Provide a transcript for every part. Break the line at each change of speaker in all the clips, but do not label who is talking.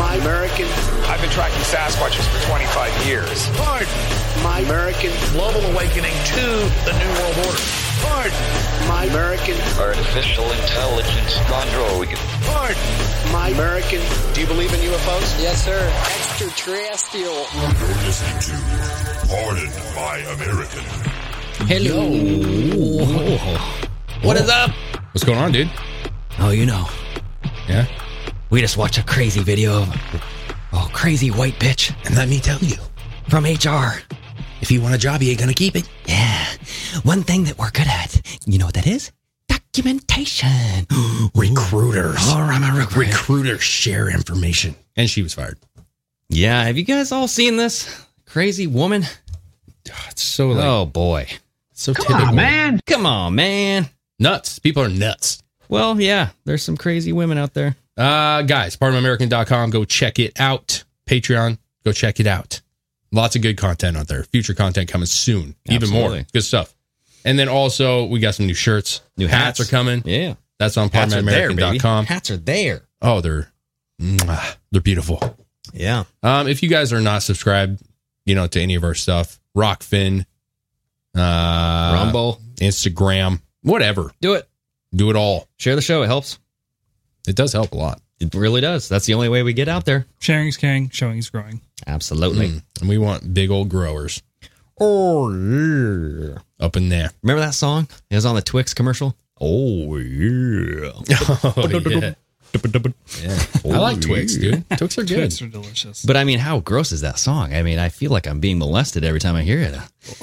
my American,
I've been tracking Sasquatches for 25 years.
Pardon.
my American,
Global awakening to the New World Order. Pardon.
my American,
Artificial intelligence gone rogue.
Pardon.
my American,
Do you believe in UFOs?
Yes, sir. Extraterrestrial.
You're listening to Pardon My American.
Hello. What is up?
What's going on, dude?
Oh, you know,
Yeah.
we just watched a crazy video of oh, crazy white bitch
And let me tell you,
from HR.
if you want a job, you ain't gonna keep it.
Yeah. One thing that we're good at, you know what that is? Documentation.
Recruiters.
Oh, I'm a recruiter.
Recruiters share information.
And she was fired. Yeah. Have you guys all seen this crazy woman?
It's so like,
oh boy.
so typical.
man.
Come on, man.
Nuts. People are nuts.
Well, yeah. There's some crazy women out there.
Uh, guys, pardonamerican.com. Go check it out. Patreon. Go check it out. Lots of good content out there. Future content coming soon. Even more
Absolutely.
good stuff. And then also we got some new shirts.
New hats.
are coming.
Yeah.
That's on
Hats are there, baby.
pardonamerican.com.
Hats are there.
Oh, they're mwah, they're beautiful.
Yeah.
Um, if you guys are not subscribed, you know, to any of our stuff, Rockfin, uh,
Rumble.
Instagram, whatever,
Do it.
do it all.
Share the show. It helps.
It does help a lot,
It really does. That's the only way we get out there.
Sharing's caring, showing is growing.
Absolutely.
Mm. and we want big old growers
Oh, yeah.
up in there.
Remember that song? It was on the Twix commercial. Oh yeah.
Oh, yeah. I like Twix, dude. Oh, Twix are good.
Twix are delicious.
But I mean, how gross is that song? I mean, I feel like I'm being molested every time I hear it.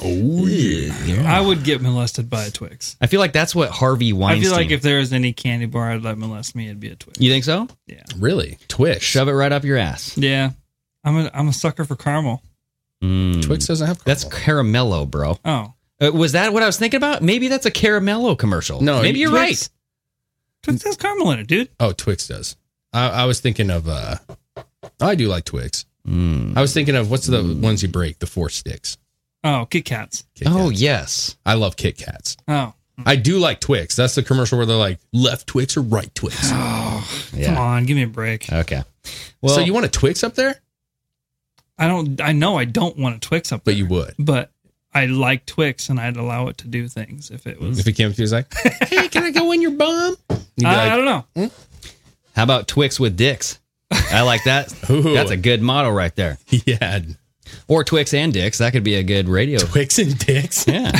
Oh yeah.
I would get molested by a Twix.
I feel like that's what Harvey
I
Weinstein.
feel like if there was any candy bar I'd let molest me, it'd be a Twix.
you think so,
Yeah.
Really? Twix.
shove it right up your ass.
Yeah. I'm a I'm a sucker for caramel.
Mm.
Twix doesn't have
That's
caramel.
caramello, bro.
Oh.
Uh, was that what I was thinking about? Maybe that's a caramello commercial.
No,
maybe you're
Twix-
right.
Twix has caramel in it, dude.
Oh, Twix does. I, I was thinking of uh I do like Twix.
Mm.
I was thinking of what's the
Hmm.
ones you break, the four sticks.
Oh, Kit Kats.
Kit
Oh
Kats.
yes.
I love Kit Kats.
Oh.
I do like Twix. That's the commercial where they're like left Twix or right Twix.
Come
Yeah.
on, give me a break.
Okay. Well,
so you want a Twix up there?
I don't I know I don't want a Twix up there.
But you would.
But I like Twix and I'd allow it to do things if it was
If it came to you, it's like, hey, can I go in your bum? You'd be
I, I
like,
don't know.
how about Twix with dicks? I like that.
Ooh.
That's a good motto right there.
yeah,
Or Twix and dicks. That could be a good radio.
Twix and dicks.
Yeah.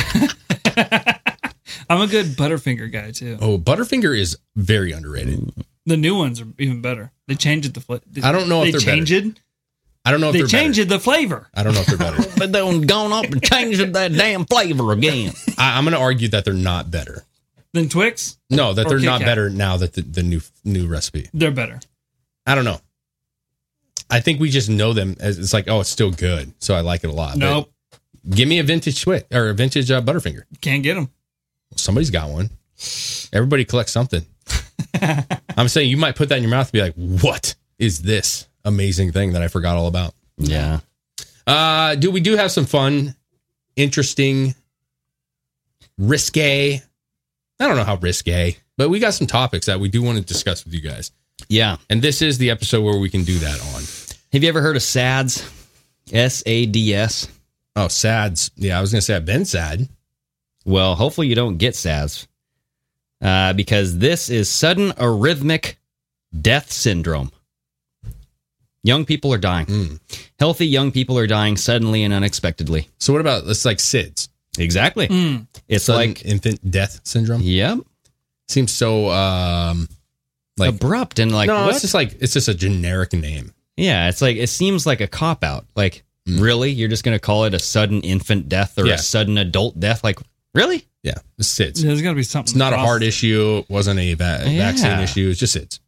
I'm a good Butterfinger guy too.
Oh, Butterfinger is very underrated.
The new ones are even better. They changed the flavor.
I don't know if
they
they're
changed it.
I don't know if
They
they're
changed it the flavor.
better. I don't know if they're better.
but they done gone up and changed that damn flavor again.
I, I'm going to argue that they're not better.
Then Twix,
No, that
Or
they're
Kit
not
Kat.
better now that the, the new new recipe.
they're better.
I don't know. I think we just know them as it's like, oh, it's still good, so I like it a lot.
No, nope,
But give me a vintage Twix or a vintage uh, Butterfinger.
can't get them.
Somebody's got one. Everybody collects something. I'm saying you might put that in your mouth and be like, what is this amazing thing that I forgot all about?
Yeah.
Uh, do we do have some fun, interesting, risque? I don't know how risque, but we got some topics that we do want to discuss with you guys.
Yeah.
And this is the episode where we can do that on.
Have you ever heard of SADS? S A D S.
Oh, sads. Yeah, I was going to say I've been sad.
Well, hopefully you don't get SADS uh, because this is sudden arrhythmic death syndrome. Young people are dying.
Mm.
Healthy young people are dying suddenly and unexpectedly.
So what about it's like SIDS?
Exactly.
Mm.
It's
Sudden
like,
infant death syndrome.
yep,
Seems so um like
abrupt and like,
no,
what?
it's just like it's just a generic name.
Yeah, it's like it seems like a cop out. Like, really, you're just gonna call it a sudden infant death or
Mm. Yeah.
a sudden adult death? Like, really?
Yeah, it's SIDS.
There's got to be something.
It's not a
across-
heart issue. It wasn't a va-
Yeah.
vaccine issue. It's just SIDS.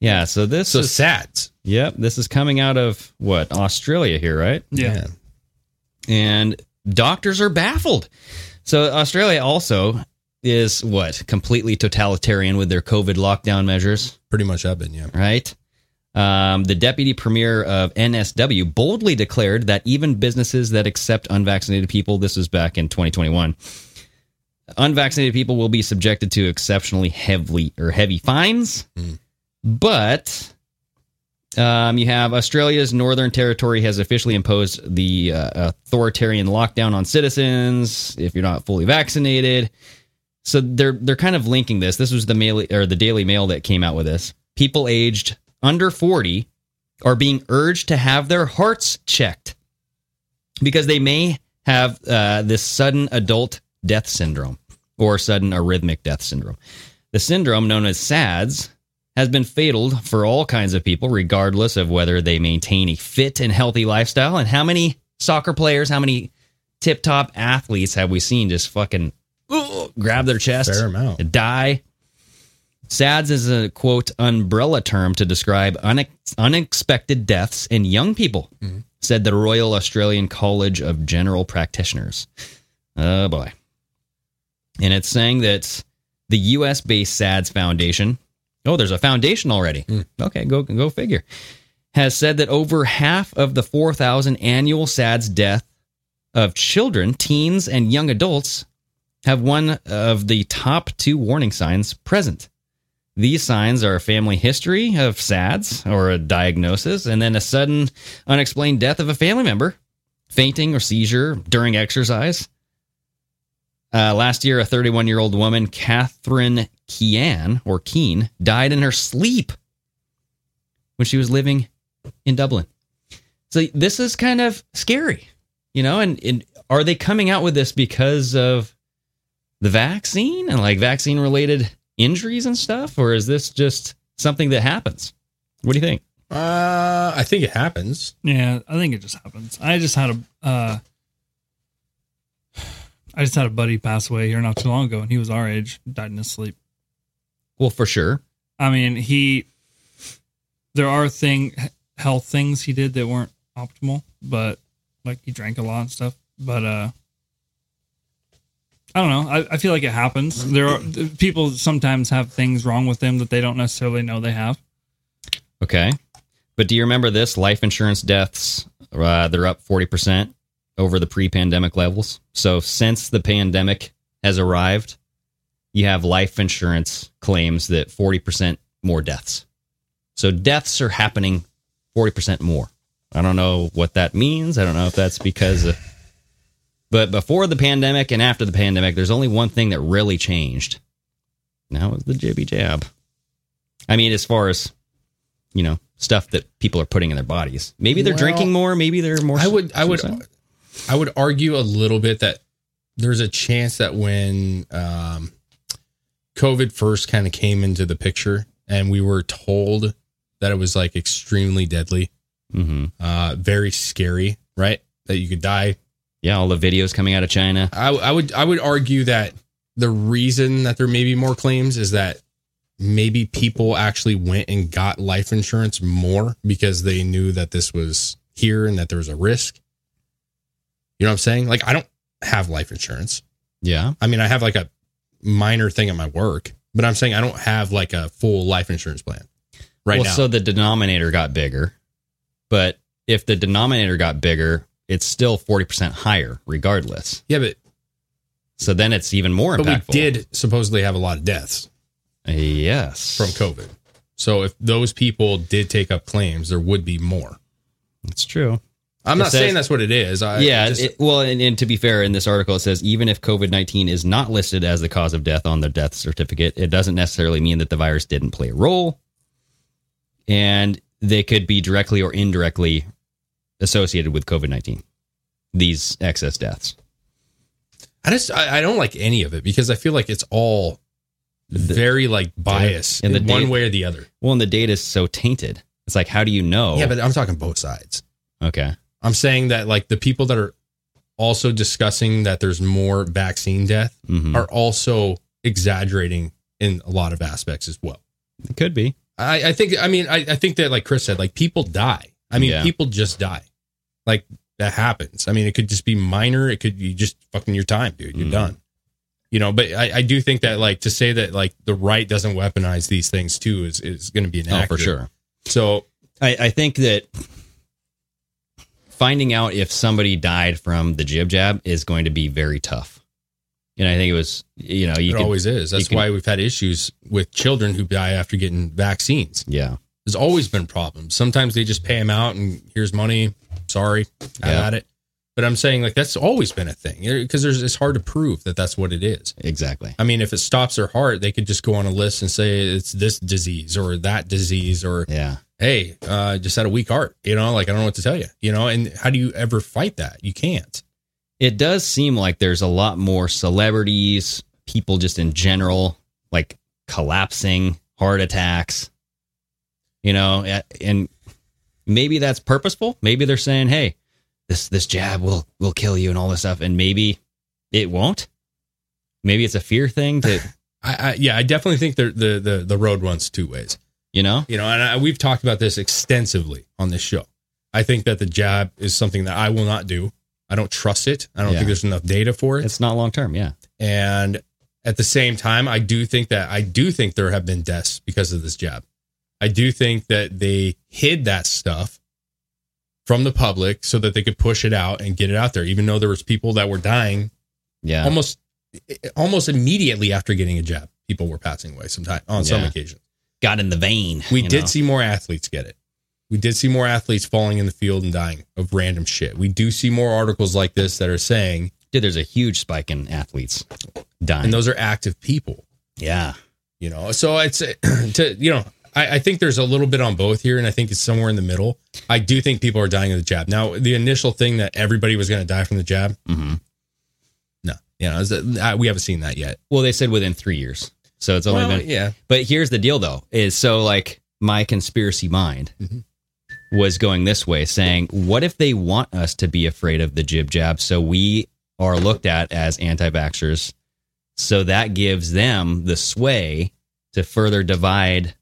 Yeah. So this
So
is
SADS.
yep. This is coming out of what Australia here, right?
Yeah.
And doctors are baffled. So Australia also is what completely totalitarian with their COVID lockdown measures,
Pretty much have been, yeah.
right? Um, the deputy premier of NSW boldly declared that even businesses that accept unvaccinated people, this was back in 2021, unvaccinated people will be subjected to exceptionally heavily or heavy fines. But um, you have Australia's Northern Territory has officially imposed the uh, authoritarian lockdown on citizens if you're not fully vaccinated. So they're they're kind of linking this. This was the mail or the Daily Mail that came out with this. People aged under 40 are being urged to have their hearts checked because they may have uh, this sudden adult death syndrome or sudden arrhythmic death syndrome. The syndrome known as SADS has been fatal for all kinds of people, regardless of whether they maintain a fit and healthy lifestyle. And how many soccer players, how many tip top athletes have we seen just fucking ugh, grab their chest,
Fair amount.
and die? SADS is a quote umbrella term to describe unex unexpected deaths in young people, said the Royal Australian College of General Practitioners. Oh boy. And it's saying that the US based SADS Foundation, oh, there's a foundation already. Okay, go go figure. Has said that over half of the 4,000 annual SADS death of children, teens, and young adults have one of the top two warning signs present. These signs are a family history of SADS or a diagnosis, and then a sudden unexplained death of a family member, fainting or seizure during exercise. Uh, last year, a 31 year old woman, Catherine Kean or Keen, died in her sleep when she was living in Dublin. So this is kind of scary, you know. And, and are they coming out with this because of the vaccine and like vaccine related injuries and stuff, or is this just something that happens? What do you think?
Uh, I think it happens.
Yeah, I think it just happens. I just had a, uh, I just had a buddy pass away here not too long ago, and he was our age, died in his sleep.
Well, for sure.
I mean, he, there are thing health things he did that weren't optimal, but like he drank a lot and stuff. But uh, I don't know. I, I feel like it happens. There are people sometimes have things wrong with them that they don't necessarily know they have.
Okay. But do you remember this? Life insurance deaths, uh, they're up 40% over the pre pandemic levels. So since the pandemic has arrived, you have life insurance claims that 40% more deaths. So deaths are happening 40% more. I don't know what that means. I don't know if that's because. Of, but before the pandemic and after the pandemic, there's only one thing that really changed. Now it's the jibby jab. I mean, as far as you know, stuff that people are putting in their bodies. Maybe they're
Well,
drinking more. Maybe they're more.
I would, I would,
suicide.
I would argue a little bit that there's a chance that when um, COVID first kind of came into the picture, and we were told that it was like extremely deadly,
Mhm.
uh, very scary, right? That you could die.
Yeah, all the videos coming out of China.
I, I would, I would argue that the reason that there may be more claims is that maybe people actually went and got life insurance more because they knew that this was here and that there was a risk. You know what I'm saying? Like, I don't have life insurance.
Yeah.
I mean, I have like a minor thing at my work, but I'm saying I don't have like a full life insurance plan right
well,
now.
so the denominator got bigger, but if the denominator got bigger, it's still forty percent higher, regardless.
yeah, but
So then it's even more
but we
impactful.
did supposedly have a lot of deaths
yes,
from COVID. So if those people did take up claims, there would be more.
It's true.
I'm
It
not
says-
saying that's what it is. I
yeah.
just-
it- well, and, and to be fair, in this article, it says even if COVID 19 is not listed as the cause of death on the death certificate, it doesn't necessarily mean that the virus didn't play a role. And they could be directly or indirectly associated with COVID 19, these excess deaths.
I just I, I don't like any of it because I feel like it's all very like bias
and
in
the
one
data-
way or the other.
Well, and the data is so tainted. It's like, how do you know?
Yeah, but I'm talking both sides.
okay.
I'm saying that like the people that are also discussing that there's more vaccine death
Mhm.
are also exaggerating in a lot of aspects as well.
It could be.
I, I think I mean I, I think that like Chris said, like people die. I mean
Yeah.
people just die. Like that happens. I mean, it could just be minor. It could be just fucking your time, dude.
Mm.
You're done. You know, but I, I do think that like to say that like the right doesn't weaponize these things too is is going to be an
Oh, for sure.
So
I, I think that finding out if somebody died from the jib jab is going to be very tough. And I think it was, you know, you
it
could-
always is. That's
can-
why we've had issues with children who die after getting vaccines.
yeah,
There's always been problems. Sometimes they just pay them out and here's money. Sorry, I
Yeah.
got it. But I'm saying like that's always been a thing because there's it's hard to prove that that's what it is.
exactly.
I mean, if it stops their heart, they could just go on a list and say it's this disease or that disease or
Yeah.
hey, uh, just had a weak heart. You know, like I don't know what to tell you. You know, and how do you ever fight that? You can't.
It does seem like there's a lot more celebrities, people just in general, like collapsing, heart attacks, you know, a- and maybe that's purposeful. Maybe they're saying, hey, this, this jab will, will kill you and all this stuff. And maybe it won't. Maybe it's a fear thing to,
I, I yeah, I definitely think the the the the road runs two ways.
you know?
You know, and I, we've talked about this extensively on this show. I think that the jab is something that I will not do. I don't trust it. I don't
Yeah.
think there's enough data for it.
It's not long term. Yeah.
And at the same time, I do think that I do think there have been deaths because of this jab. I do think that they hid that stuff from the public so that they could push it out and get it out there, even though there was people that were dying
Yeah.
almost almost immediately after getting a jab. People were passing away sometime on some
Yeah.
occasion.
Got in the vein.
We
you
did
know?
see more athletes get it. We did see more athletes falling in the field and dying of random shit. We do see more articles like this that are saying,
Dude, there's a huge spike in athletes dying.
and those are active people.
yeah.
you know so it's to you know I, I think there's a little bit on both here and i think it's somewhere in the middle i do think people are dying of the jab now the initial thing that everybody was going to die from the jab
Mhm.
no you know is that- I- we haven't seen that yet
Well, they said within three years. So it's only
Well,
been
yeah
But here's the deal, though, is so like my conspiracy mind
Mhm.
was going this way, saying, what if they want us to be afraid of the jib jab? So we are looked at as anti vaxxers. So that gives them the sway to further divide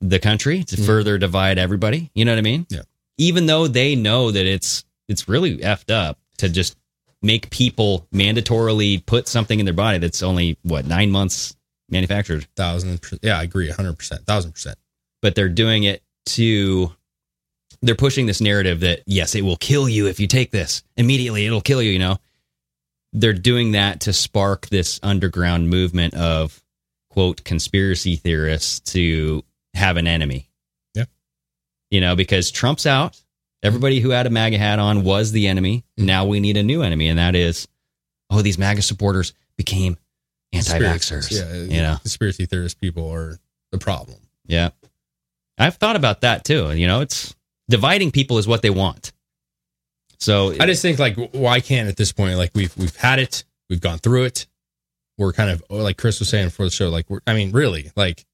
the country, to
Mhm.
further divide everybody. You know what I mean?
Yeah.
Even though they know that it's it's really effed up to just make people mandatorily put something in their body that's only what nine months manufactured
thousand per- yeah i agree 100% thousand percent
but they're doing it to they're pushing this narrative that yes it will kill you if you take this immediately it'll kill you you know they're doing that to spark this underground movement of quote conspiracy theorists to have an enemy
Yeah.
you know because trump's out everybody who had a maga hat on was the enemy
Mhm.
now we need a new enemy and that is oh these maga supporters became anti-vaxxers
Conspiracies. yeah
you know
conspiracy theorist people are the problem
yeah. I've thought about that too. You know, it's dividing people is what they want. So
I just think like why can't at this point like we've we've had it, we've gone through it. We're kind of oh, like Chris was saying before the show, like we're I mean, really, like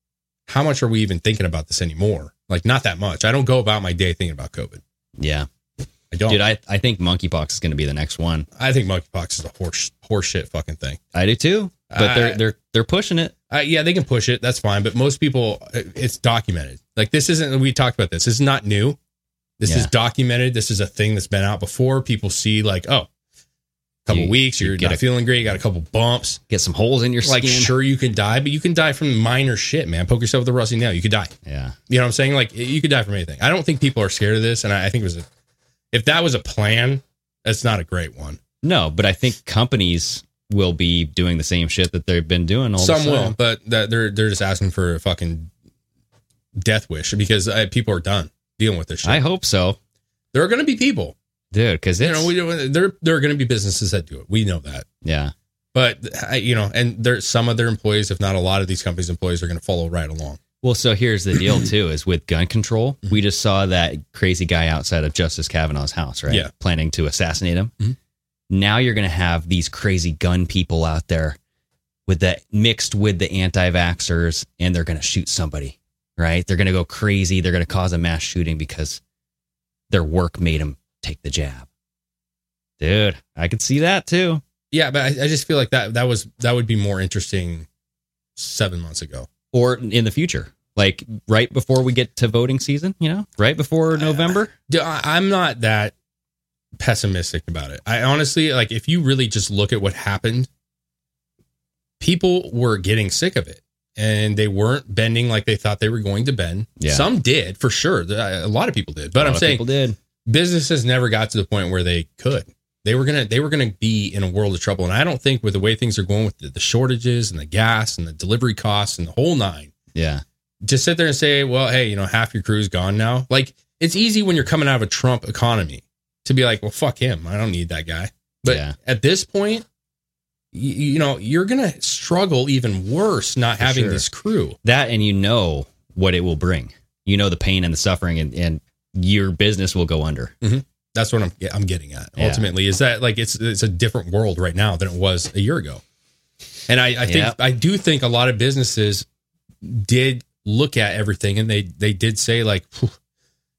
how much are we even thinking about this anymore? Like not that much. I don't go about my day thinking about COVID.
yeah,
I don't.
dude, I, I think monkeypox is going to be the next one.
I think monkeypox is a horse horseshit fucking thing.
I do too, but they're
I-
they're they're pushing it.
Uh, yeah, they can push it. That's fine. But most people, it- it's documented. Like this isn't. We talked about this. This is not new. This is
Yeah.
documented. This is a thing that's been out before. People see like, oh, couple
You-
weeks.
you
You're
get
not
a-
feeling great. You got a couple bumps.
Get some holes in your
like
skin.
sure you can die, but you can die from minor shit, man. Poke yourself with a rusty nail, you could die.
Yeah,
You know what I'm saying? Like you could die from anything. I don't think people are scared of this, and I, I think it was a, if that was a plan, that's not a great one.
no, but I think companies will be doing the same shit that they've been doing all
Some
this
will,
time.
but that they're they're just asking for a fucking death wish because uh, people are done dealing with this shit.
I hope so,
there are going to be people,
dude, because
you
it's
know, we, don't- there there are going to be businesses that do it. We know that,
yeah,
but I, you know, and there some of their employees, if not a lot of these companies' employees, are going to follow right along.
Well, so here's the deal too: is with gun control. We just saw that crazy guy outside of Justice Kavanaugh's house, right?
Yeah.
planning to assassinate him.
Mhm.
Now you're going to have these crazy gun people out there with that mixed with the anti-vaxxers, and they're going to shoot somebody, right? They're going to go crazy. They're going to cause a mass shooting because their work made them take the jab. Dude, I could see that too.
Yeah, but I, I just feel like that that was that would be more interesting seven months ago.
Or in the future, like right before we get to voting season, you know, right before November.
Dude, I, I'm not that pessimistic about it. I honestly like if you really just look at what happened, people were getting sick of it and they weren't bending like they thought they were going to bend.
Yeah.
Some did for sure. The- uh, A lot of people did, but
A lot
I'm
of
saying
people did.
businesses never got to the point where they could. They were gonna they were gonna be in a world of trouble. And I don't think with the way things are going with the, the shortages and the gas and the delivery costs and the whole nine,
Yeah.
just sit there and say, well, hey, you know, half your crew's gone now. Like it's easy when you're coming out of a Trump economy to be like, well, fuck him. I don't need that guy. But
Yeah.
at this point, you, you know, you're gonna struggle even worse not
For
having
sure.
this crew.
That and you know what it will bring. You know the pain and the suffering and, and your business will go under.
That's what I'm yeah, I'm getting at
Yeah.
ultimately is that like it's it's a different world right now than it was a year ago, and I, I think
Yeah.
I do think a lot of businesses did look at everything and they they did say like "Phew,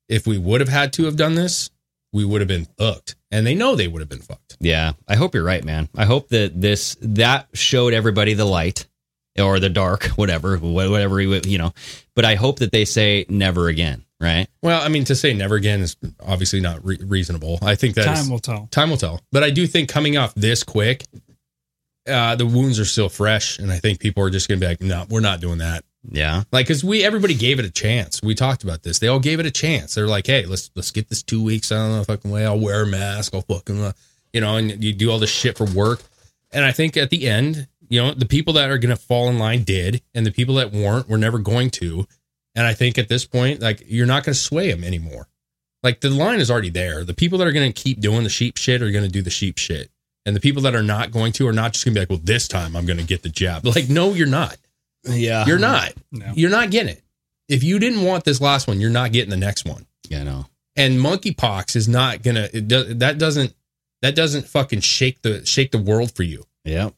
if we would have had to have done this we would have been fucked and they know they would have been fucked
Yeah. I hope you're right, man. I hope that this that showed everybody the light or the dark, whatever, wh- whatever you you know. But I hope that they say never again, right?
well I mean to say never again is obviously not re- reasonable I think that is-
Time will tell.
time will tell. But I do think coming off this quick, uh, the wounds are still fresh, and I think people are just gonna be like, "No, we're not doing that."
Yeah.
Like, cause we everybody gave it a chance. We talked about this. They all gave it a chance. They're like, "Hey, let's let's get this two weeks out of the fucking way. I'll wear a mask. I'll fucking, uh, you know." And you do all this shit for work. And I think at the end, you know, the people that are gonna fall in line did, and the people that weren't were never going to. And I think at this point, like, you're not gonna sway them anymore like the line is already there. The people that are going to keep doing the sheep shit are going to do the sheep shit. And the people that are not going to are not just going to be like, well, this time I'm going to get the jab. Like, no, you're not.
Yeah.
You're not.
No.
You're not getting it. If you didn't want this last one, you're not getting the next one.
Yeah, no.
And monkeypox is not going to, it does, that doesn't, that doesn't fucking shake the, shake the world for you.
Yeah.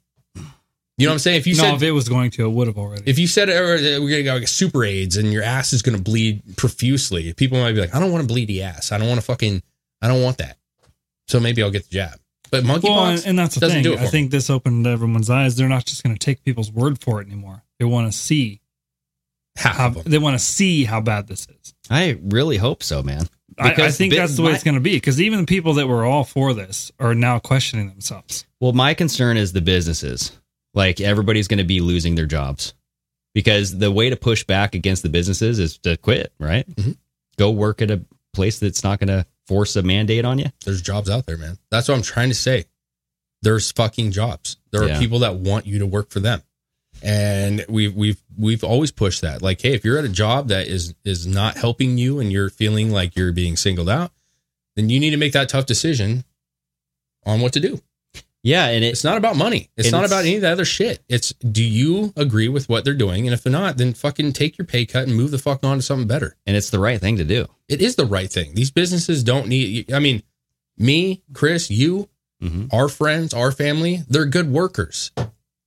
You know what I'm saying? If you
no,
said,
if it was going to, it would have already.
if you said "Oh, we're gonna go like super AIDS and your ass is gonna bleed profusely, people might be like, I don't want to bleed the ass. I don't want to fucking. I don't want that. So maybe I'll get the jab. But monkeypox,
well, and, and that's the
doesn't
thing.
do it for
I think this opened everyone's eyes. They're not just going to take people's word for it anymore. They want to see
half
how
of them.
they want to see how bad this is.
I really hope so, man.
I, I
Because
think
bit-
that's the way
my-
it's going to be because even the people that were all for this are now questioning themselves.
Well, my concern is the businesses. Like everybody's going to be losing their jobs because the way to push back against the businesses is to quit, right?
Mhm.
Go work at a place that's not going to force a mandate on you.
There's jobs out there, man. That's what I'm trying to say. There's fucking jobs. There are
Yeah.
people that want you to work for them, and we've we've we've always pushed that. Like, hey, if you're at a job that is is not helping you and you're feeling like you're being singled out, then you need to make that tough decision on what to do.
Yeah, and
It's
it's
not about money. It's
And
not
it's-
about any of that other shit. It's do you agree with what they're doing? And if not, then fucking take your pay cut and move the fuck on to something better.
and it's the right thing to do.
It is the right thing. These businesses don't need, I mean, me, Chris, you,
Mm-hmm.
our friends, our family, they're good workers.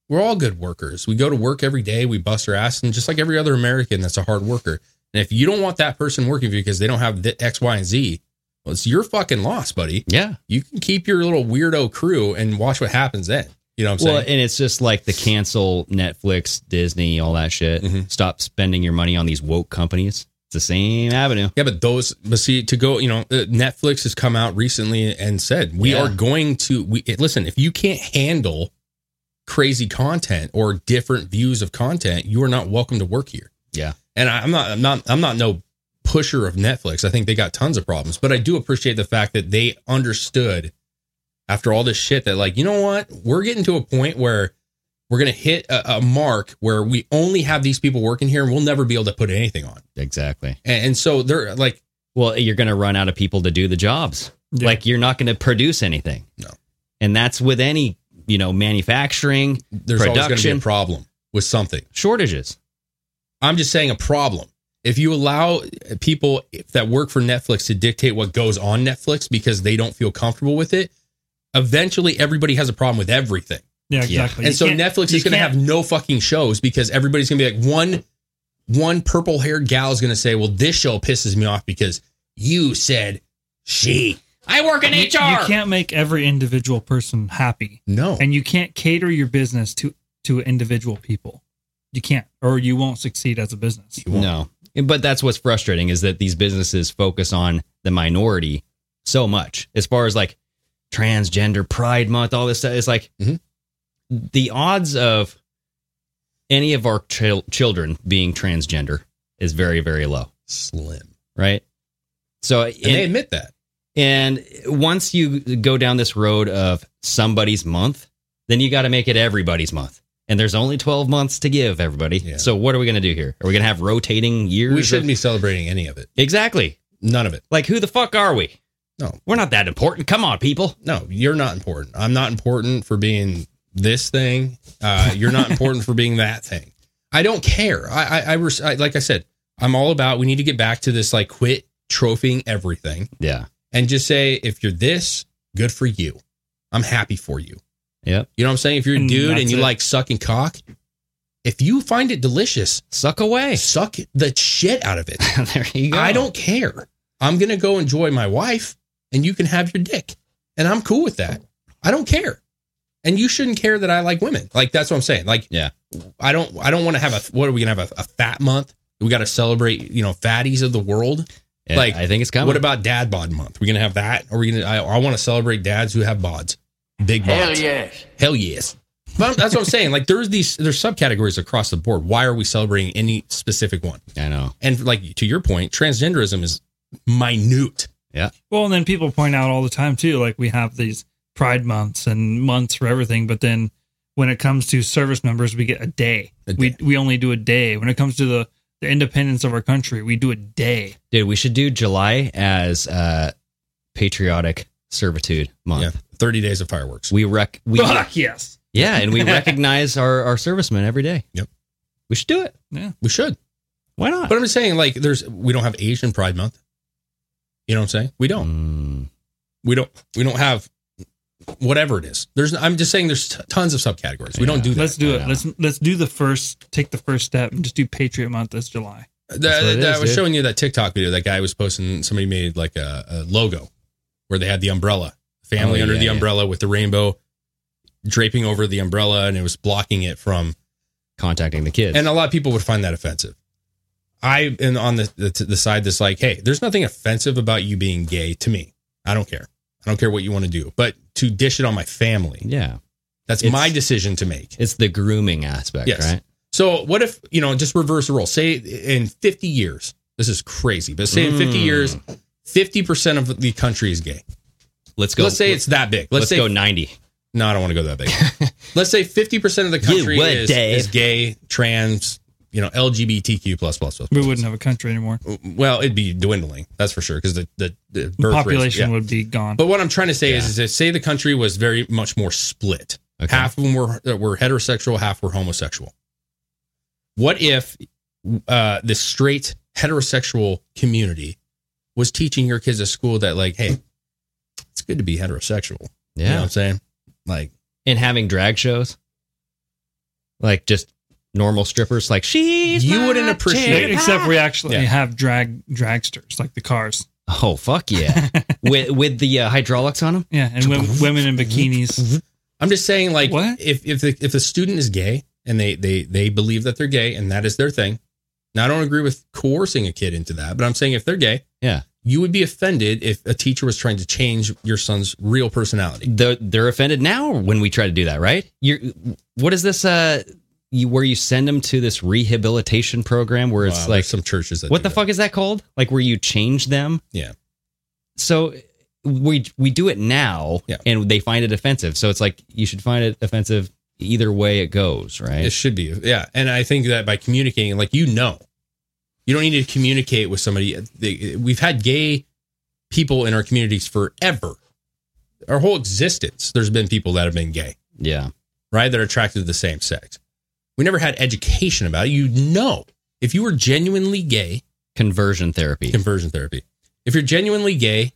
We're all good workers. We go to work every day, we bust our ass, and just like every other American that's a hard worker. And if you don't want that person working for you because they don't have the X, Y, and Z, well, it's your fucking loss, buddy.
Yeah.
You can keep your little weirdo crew and watch what happens then. You know what I'm
Well,
saying?
and it's just like the cancel Netflix, Disney, all that shit.
Mhm.
Stop spending your money on these woke companies. It's the same avenue.
Yeah, but those, but see, to go, you know, uh, Netflix has come out recently and said we
Yeah.
are going to. We it- listen. If you can't handle crazy content or different views of content, you are not welcome to work here.
Yeah.
and I, I'm not. I'm not. I'm not no pusher of Netflix. I think they got tons of problems, but I do appreciate the fact that they understood after all this shit that like, you know what, we're getting to a point where. We're gonna hit a, a mark where we only have these people working here, and we'll never be able to put anything on.
Exactly.
And, and so they're like,
Well, you're going to run out of people to do the jobs.
Yeah.
Like you're not going to produce anything.
No.
And that's with any, you know, manufacturing
there's always going to be
Production.
a problem with something.
shortages.
I'm just saying a problem. If you allow people that work for Netflix to dictate what goes on Netflix because they don't feel comfortable with it, eventually everybody has a problem with everything.
Yeah,
Yeah.
exactly.
and
You
so
can't-
Netflix
you
is going to
can't-
have no fucking shows because everybody's going to be like one one purple haired gal is going to say, "Well, this show pisses me off because you said she." I work in
you,
HR.
you can't make every individual person happy,
no.
and you can't cater your business to to individual people. You can't, or you won't succeed as a business.
No. But that's what's frustrating is that these businesses focus on the minority so much. As far as like, transgender pride month, all this stuff. It's like
Mhm.
the odds of any of our chil- children being transgender is very, very low,
Slim.
right? So,
And they admit that.
and once you go down this road of somebody's month, then you got to make it everybody's month. And there's only 12 months to give everybody.
Yeah.
So what are we going to do here? Are we going to have rotating years?
We shouldn't
of-
be celebrating any of it.
Exactly.
None of it.
Like who the fuck are we?
No.
We're not that important. Come on, people.
No, you're not important. I'm not important for being this thing. Uh, you're not important for being that thing. I don't care. I, I, I, res- I, like I said, I'm all about. We need to get back to this. Like, quit trophying everything
Yeah.
and just say, if you're this, good for you. I'm happy for you.
Yep.
You know what I'm saying? If you're a
And
dude and
that's
you
it.
like sucking cock, if you find it delicious,
Suck away.
suck the shit out of it.
there you go.
I don't care. I'm going to go enjoy my wife and you can have your dick. And I'm cool with that. I don't care. And you shouldn't care that I like women. Like that's what I'm saying. Like
Yeah.
I don't I don't want to have a what are we going to have a, a fat month? We got to celebrate, you know, fatties of the world.
Yeah,
like,
I think it's coming.
What about dad bod month? We're going to have that or we going to I, I want to celebrate dads who have bods. Big bods. Hell yes. Hell yes. But I'm- that's what I'm saying. Like there's these there's subcategories across the board. Why are we celebrating any specific one?
I know.
and like to your point, transgenderism is minute.
Well, and then people point out all the time too, like we have these pride months and months for everything, but then when it comes to service members, we get a day.
A
We
day.
we only do a day. When it comes to the, the independence of our country, we do a day.
Dude, we should do July as uh patriotic servitude month.
Yeah, thirty days of fireworks.
We rec we
Fuck yes.
Yeah, and we recognize our our servicemen every day.
Yep.
We should do it.
We should,
Why not?
but I'm just saying, like, there's we don't have Asian Pride Month. You know what I'm saying? We don't.
Mm,
We don't. We don't have whatever it is. There's. I'm just saying, there's t- tons of subcategories. We don't do that.
Let's do
Yeah.
it. Let's let's do the first take the first step and just do Patriot Month this July.
That,
That's what it
that- I
is,
was
dude.
showing you that TikTok video. That guy was posting. Somebody made like a, a logo where they had the umbrella family
Oh,
under
yeah,
the
yeah.
umbrella with the rainbow draping over the umbrella, and it was blocking it from
contacting the kids.
and a lot of people would find that offensive. I am on the, the the side that's like, hey, there's nothing offensive about you being gay to me. I don't care. I don't care what you want to do, but to dish it on my family,
yeah.
that's
It's-
my decision to make.
It's the grooming aspect,
Yes.
right?
So what if you know just reverse the role? Say in 50 years, this is crazy, but say in 50
Mm.
years, 50 percent of the country is gay.
Let's go.
let's say
let's,
it's that big. Let's,
let's
say
go ninety.
no, I don't want to go that big. let's say 50 percent of the
You
country
would,
is,
Dave.
is gay, trans, you know, LGBTQ plus plus plus.
We wouldn't have a country anymore.
well, it'd be dwindling, that's for sure, because the, the, the
The
birth
population
Rate, yeah.
would be gone.
But what I'm trying to say is, is that say the country was very much more split.
Okay.
Half of them were uh, were heterosexual, half were homosexual. What if uh, the straight heterosexual community was teaching your kids at school that like, hey, it's good to be heterosexual.
Yeah.
You know what I'm saying? Like,
And having drag shows, like just normal strippers, like she's.
You
my
wouldn't appreciate
chick.
Except we actually
Yeah.
have drag dragsters like the cars.
Oh fuck yeah! with with the uh, hydraulics on them.
Yeah, and women, women in bikinis.
Mm-hmm. I'm just saying, like,
What?
if if the, if the student is gay and they they they believe that they're gay and that is their thing. Now, I don't agree with coercing a kid into that, but I'm saying if they're gay,
Yeah.
you would be offended if a teacher was trying to change your son's real personality.
They're, they're offended now when we try to do that, right? You're. What is this? Uh, you, where you send them to this rehabilitation program where
Wow,
it's
there's
like
some churches that
what
do
the
that.
fuck is that called? Like where you change them?
Yeah.
So we we do it now,
Yeah.
and they find it offensive. So it's like you should find it offensive either way it goes, right?
It should be, yeah. And I think that by communicating, like you know, you don't need to communicate with somebody. They- We've had gay people in our communities forever. Our whole existence, there's been people that have been gay.
yeah,
right, that are attracted to the same sex. We never had education about it. You know, if you were genuinely gay,
conversion therapy
conversion therapy, if you're genuinely gay,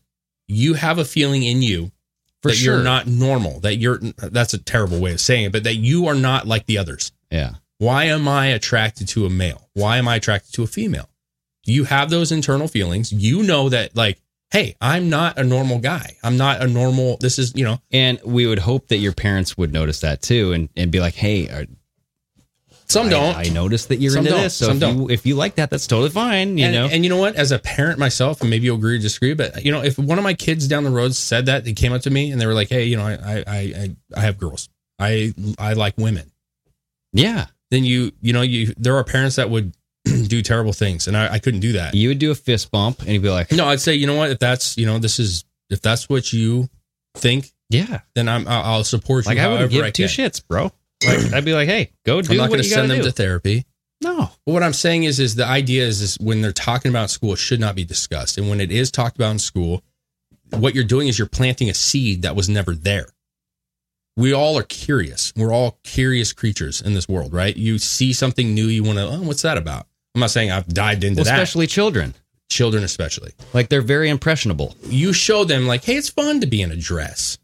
you have a feeling in you
for
that
sure.
you're not normal, that you're, that's a terrible way of saying it, but that you are not like the others.
yeah,
Why am I attracted to a male? Why am I attracted to a female? You have those internal feelings. You know that, like, hey, I'm not a normal guy. I'm not a normal, this is, you know,
and we would hope that your parents would notice that too, and and be like, hey, are,
Some
I-
don't.
I, noticed that you're
Some
into
don't.
this. So
Some
if
don't.
you if you like that, that's totally fine. You
and,
know,
and you know what? As a parent myself, and maybe you'll agree or disagree, but you know, if one of my kids down the road said that, they came up to me and they were like, "Hey, you know, I I I, I have girls. I I like women."
yeah,
Then you you know you there are parents that would do terrible things, and I, I couldn't do that.
you would do a fist bump and you'd be like,
No, I'd say you know what? If that's you know this is if that's what you think,
yeah,
then I'm I'll I'll support you.
like I would
however
give
I
two
can.
shits, bro. Like I'd be like, hey, go do
I'm not
what
going to
you gotta
send them
do.
to therapy.
no,
But what I'm saying is, is the idea is, is when they're talking about in school, it should not be discussed. And when it is talked about in school, what you're doing is you're planting a seed that was never there. We all are curious. We're all curious creatures in this world, right? You see something new, you want to, oh, what's that about? I'm not saying I've dived into
well,
that.
especially children.
Children, especially.
Like they're very impressionable.
You show them, like, hey, it's fun to be in a dress.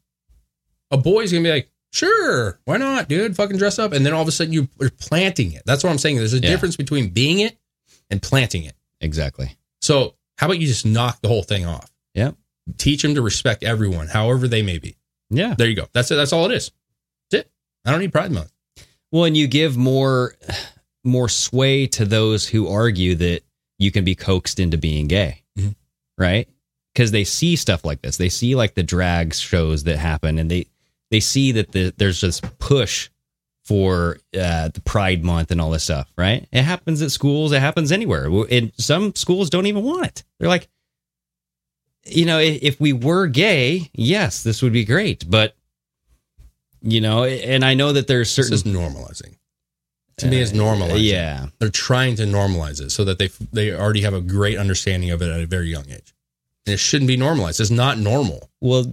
A boy's going to be like, sure, why not, dude? Fucking dress up. And then all of a sudden you are planting it. That's what I'm saying. There's a
Yeah.
difference between being it and planting it.
Exactly.
So how about you just knock the whole thing off?
Yep.
Teach them to respect everyone, however they may be.
Yeah.
There you go. That's it. That's all it is. That's it. I don't need Pride Month.
Well, and you give more more sway to those who argue that you can be coaxed into being gay,
Mhm.
right? Because they see stuff like this. They see like the drag shows that happen, and they they see that the, there's this push for uh, the Pride Month and all this stuff, right? It happens at schools. It happens anywhere. W- And some schools don't even want it. They're like, you know, i- if we were gay, yes, this would be great, but. You know, and I know that there's
This
certain
is normalizing. To me, it's normalizing.
Mm-hmm. yeah.
They're trying to normalize it so that they they already have a great understanding of it at a very young age. And it shouldn't be normalized. It's not normal.
Well,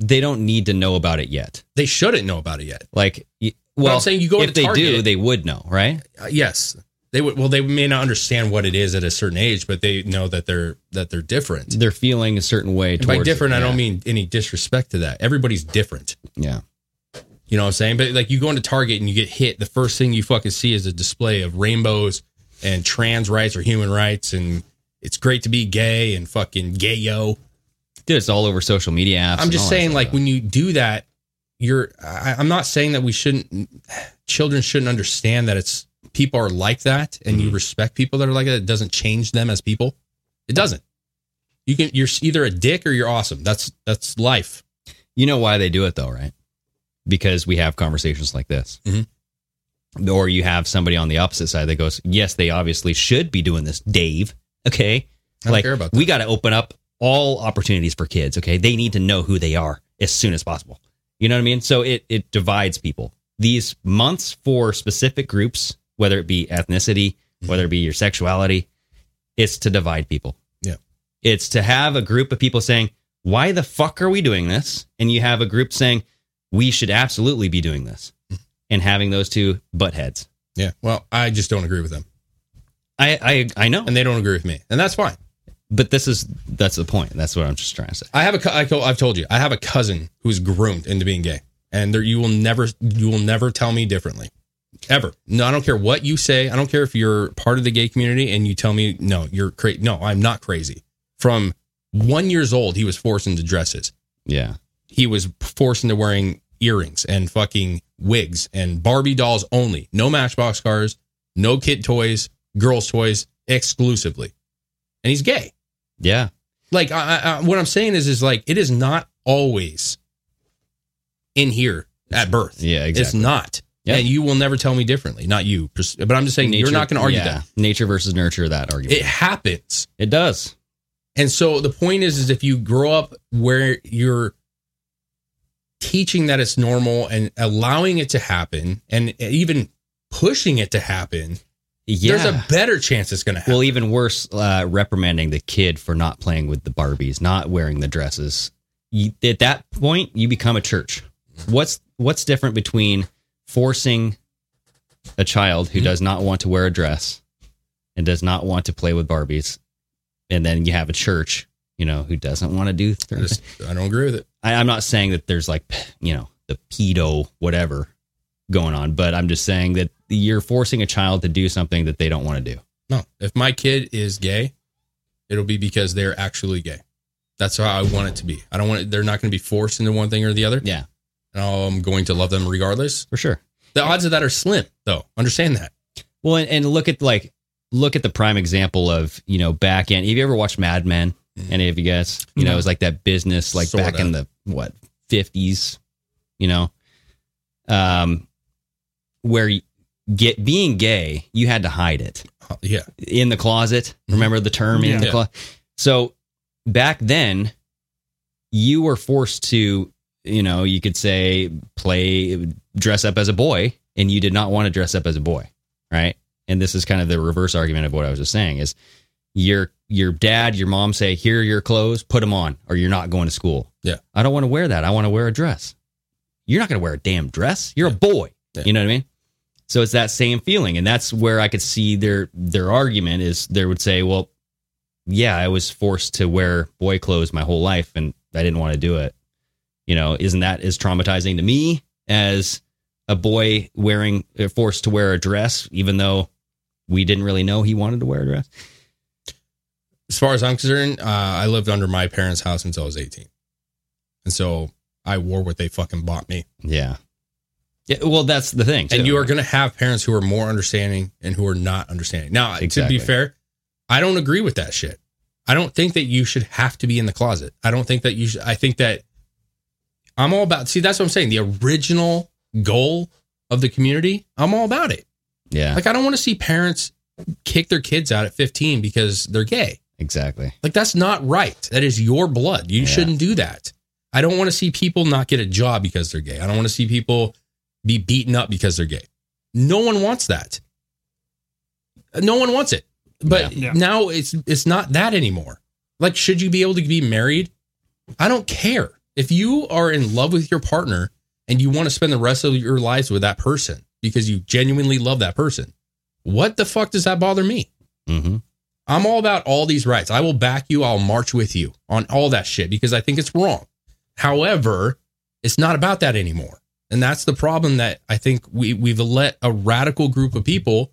they don't need to know about it yet.
They shouldn't know about it yet.
Like, y-
But
well,
I'm saying you go
if
to
they do,
Target-
they would know, right?
Uh, yes, they would. Well, they may not understand what it is at a certain age, but they know that they're that they're different.
They're feeling a certain way.
And by
towards it,
different, I
yeah.
don't mean any disrespect to that. Everybody's different.
Yeah.
You know what I'm saying? But like you go into Target and you get hit, the first thing you fucking see is a display of rainbows and trans rights or human rights and it's great to be gay and fucking gay yo.
Dude, it's all over social media apps.
I'm
and
just
all that
saying,
stuff.
like when you do that, you're. I, I'm not saying that we shouldn't. Children shouldn't understand that it's people are like that, and you respect people that are like that. It doesn't change them as people. It doesn't. You can. You're either a dick or you're awesome. That's that's life.
you know why they do it though, right? Because we have conversations like this.
Mhm.
Or you have somebody on the opposite side that goes, yes, they obviously should be doing this, Dave. Okay.
I don't
like,
care about
we got to open up all opportunities for kids. Okay. They need to know who they are as soon as possible. You know what I mean? So it, it divides people. These months for specific groups, whether it be ethnicity,
Mm-hmm.
whether it be your sexuality, it's to divide people.
Yeah.
It's to have a group of people saying, why the fuck are we doing this? And you have a group saying, we should absolutely be doing this and having those two butt heads.
Yeah. Well, I just don't agree with them,
I, I, I know,
and they don't agree with me, and that's fine.
but this is, that's the point. That's what I'm just trying to say.
I have a. cou- I, co- I've told you, I have a cousin who's groomed into being gay, and there you will never, you will never tell me differently, ever. No, I don't care what you say. I don't care if you're part of the gay community and you tell me no, you're crazy. No, I'm not crazy. From one years old, he was forced into dresses.
Yeah.
He was forced into wearing earrings and fucking wigs and Barbie dolls only. No Matchbox cars, no kid toys, girls toys exclusively, and he's gay
Yeah.
like I, I, I- what I'm saying is, is like it is not always in here at birth.
Yeah, exactly.
It's not,
Yeah.
and you will never tell me differently. Not you, pers- but I'm just saying you're not going to argue
yeah. Nature versus nurture, that
that.
argument.
It
It,
happens,
does.
and so the point is, is if you grow up where you're teaching that it's normal and allowing it to happen, and even pushing it to happen,
Yeah.
there's a better chance it's going to happen.
well, even worse, uh, reprimanding the kid for not playing with the Barbies, not wearing the dresses. You, at that point, you become a church. What's what's different between forcing a child who does not want to wear a dress and does not want to play with Barbies, and then you have a church, you know, who doesn't want to do.
I, just, I don't agree with it.
I, I'm not saying that there's like you know the pedo whatever going on, but I'm just saying that you're forcing a child to do something that they don't want to do.
No. If my kid is gay, it'll be because they're actually gay. That's how I want it to be. I don't want it, they're not going to be forced into one thing or the other.
Yeah,
And I'm going to love them regardless.
for sure.
The odds of that are slim. though. Understand that.
Well, and, and look at like look at the prime example of you know back end. Have you ever watched Mad Men? Any of you guys? You know, it was like that business like back
Sorta.
in the what fifties, you know, um, where you get being gay, you had to hide it
Oh, Yeah. Mm-hmm.
in the closet. Remember the term in
Yeah.
the
Yeah.
closet. So back then, you were forced to, you know, you could say play, dress up as a boy, and you did not want to dress up as a boy, right? And this is kind of the reverse argument of what I was just saying is your your dad, your mom say, here are your clothes, put them on, or you're not going to school.
Yeah.
I don't want to wear that. I want to wear a dress. You're not going to wear a damn dress. You're a boy.
Yeah.
You know what I mean? So it's that same feeling, and that's where I could see their their argument is they would say, "Well, yeah, I was forced to wear boy clothes my whole life, and I didn't want to do it. You know, isn't that as traumatizing to me as a boy wearing uh, forced to wear a dress, even though we didn't really know he wanted to wear a dress?
as far as I'm concerned, uh, I lived under my parents' house until I was 18. And so I wore what they fucking bought me.
Yeah, yeah. Well, that's the thing.
And
too.
you are going to have parents who are more understanding and who are not understanding. Now,
Exactly.
to be fair, I don't agree with that shit. I don't think that you should have to be in the closet. I don't think that you should. I think that I'm all about, see, that's what I'm saying. The original goal of the community, I'm all about it.
yeah,
Like, I don't want to see parents kick their kids out at 15 because they're gay.
exactly.
Like that's not right. That is your blood. You
Yeah.
shouldn't do that. I don't want to see people not get a job because they're gay. I don't want to see people be beaten up because they're gay. No one wants that. No one wants it. But
Yeah. Yeah.
now it's it's not that anymore. Like should you be able to be married? I don't care. If you are in love with your partner and you want to spend the rest of your lives with that person because you genuinely love that person, what the fuck does that bother me?
hmm
I'm all about all these rights. I will back you. I'll march with you on all that shit because I think it's wrong. However, it's not about that anymore. And that's the problem that I think we, we've let a radical group of people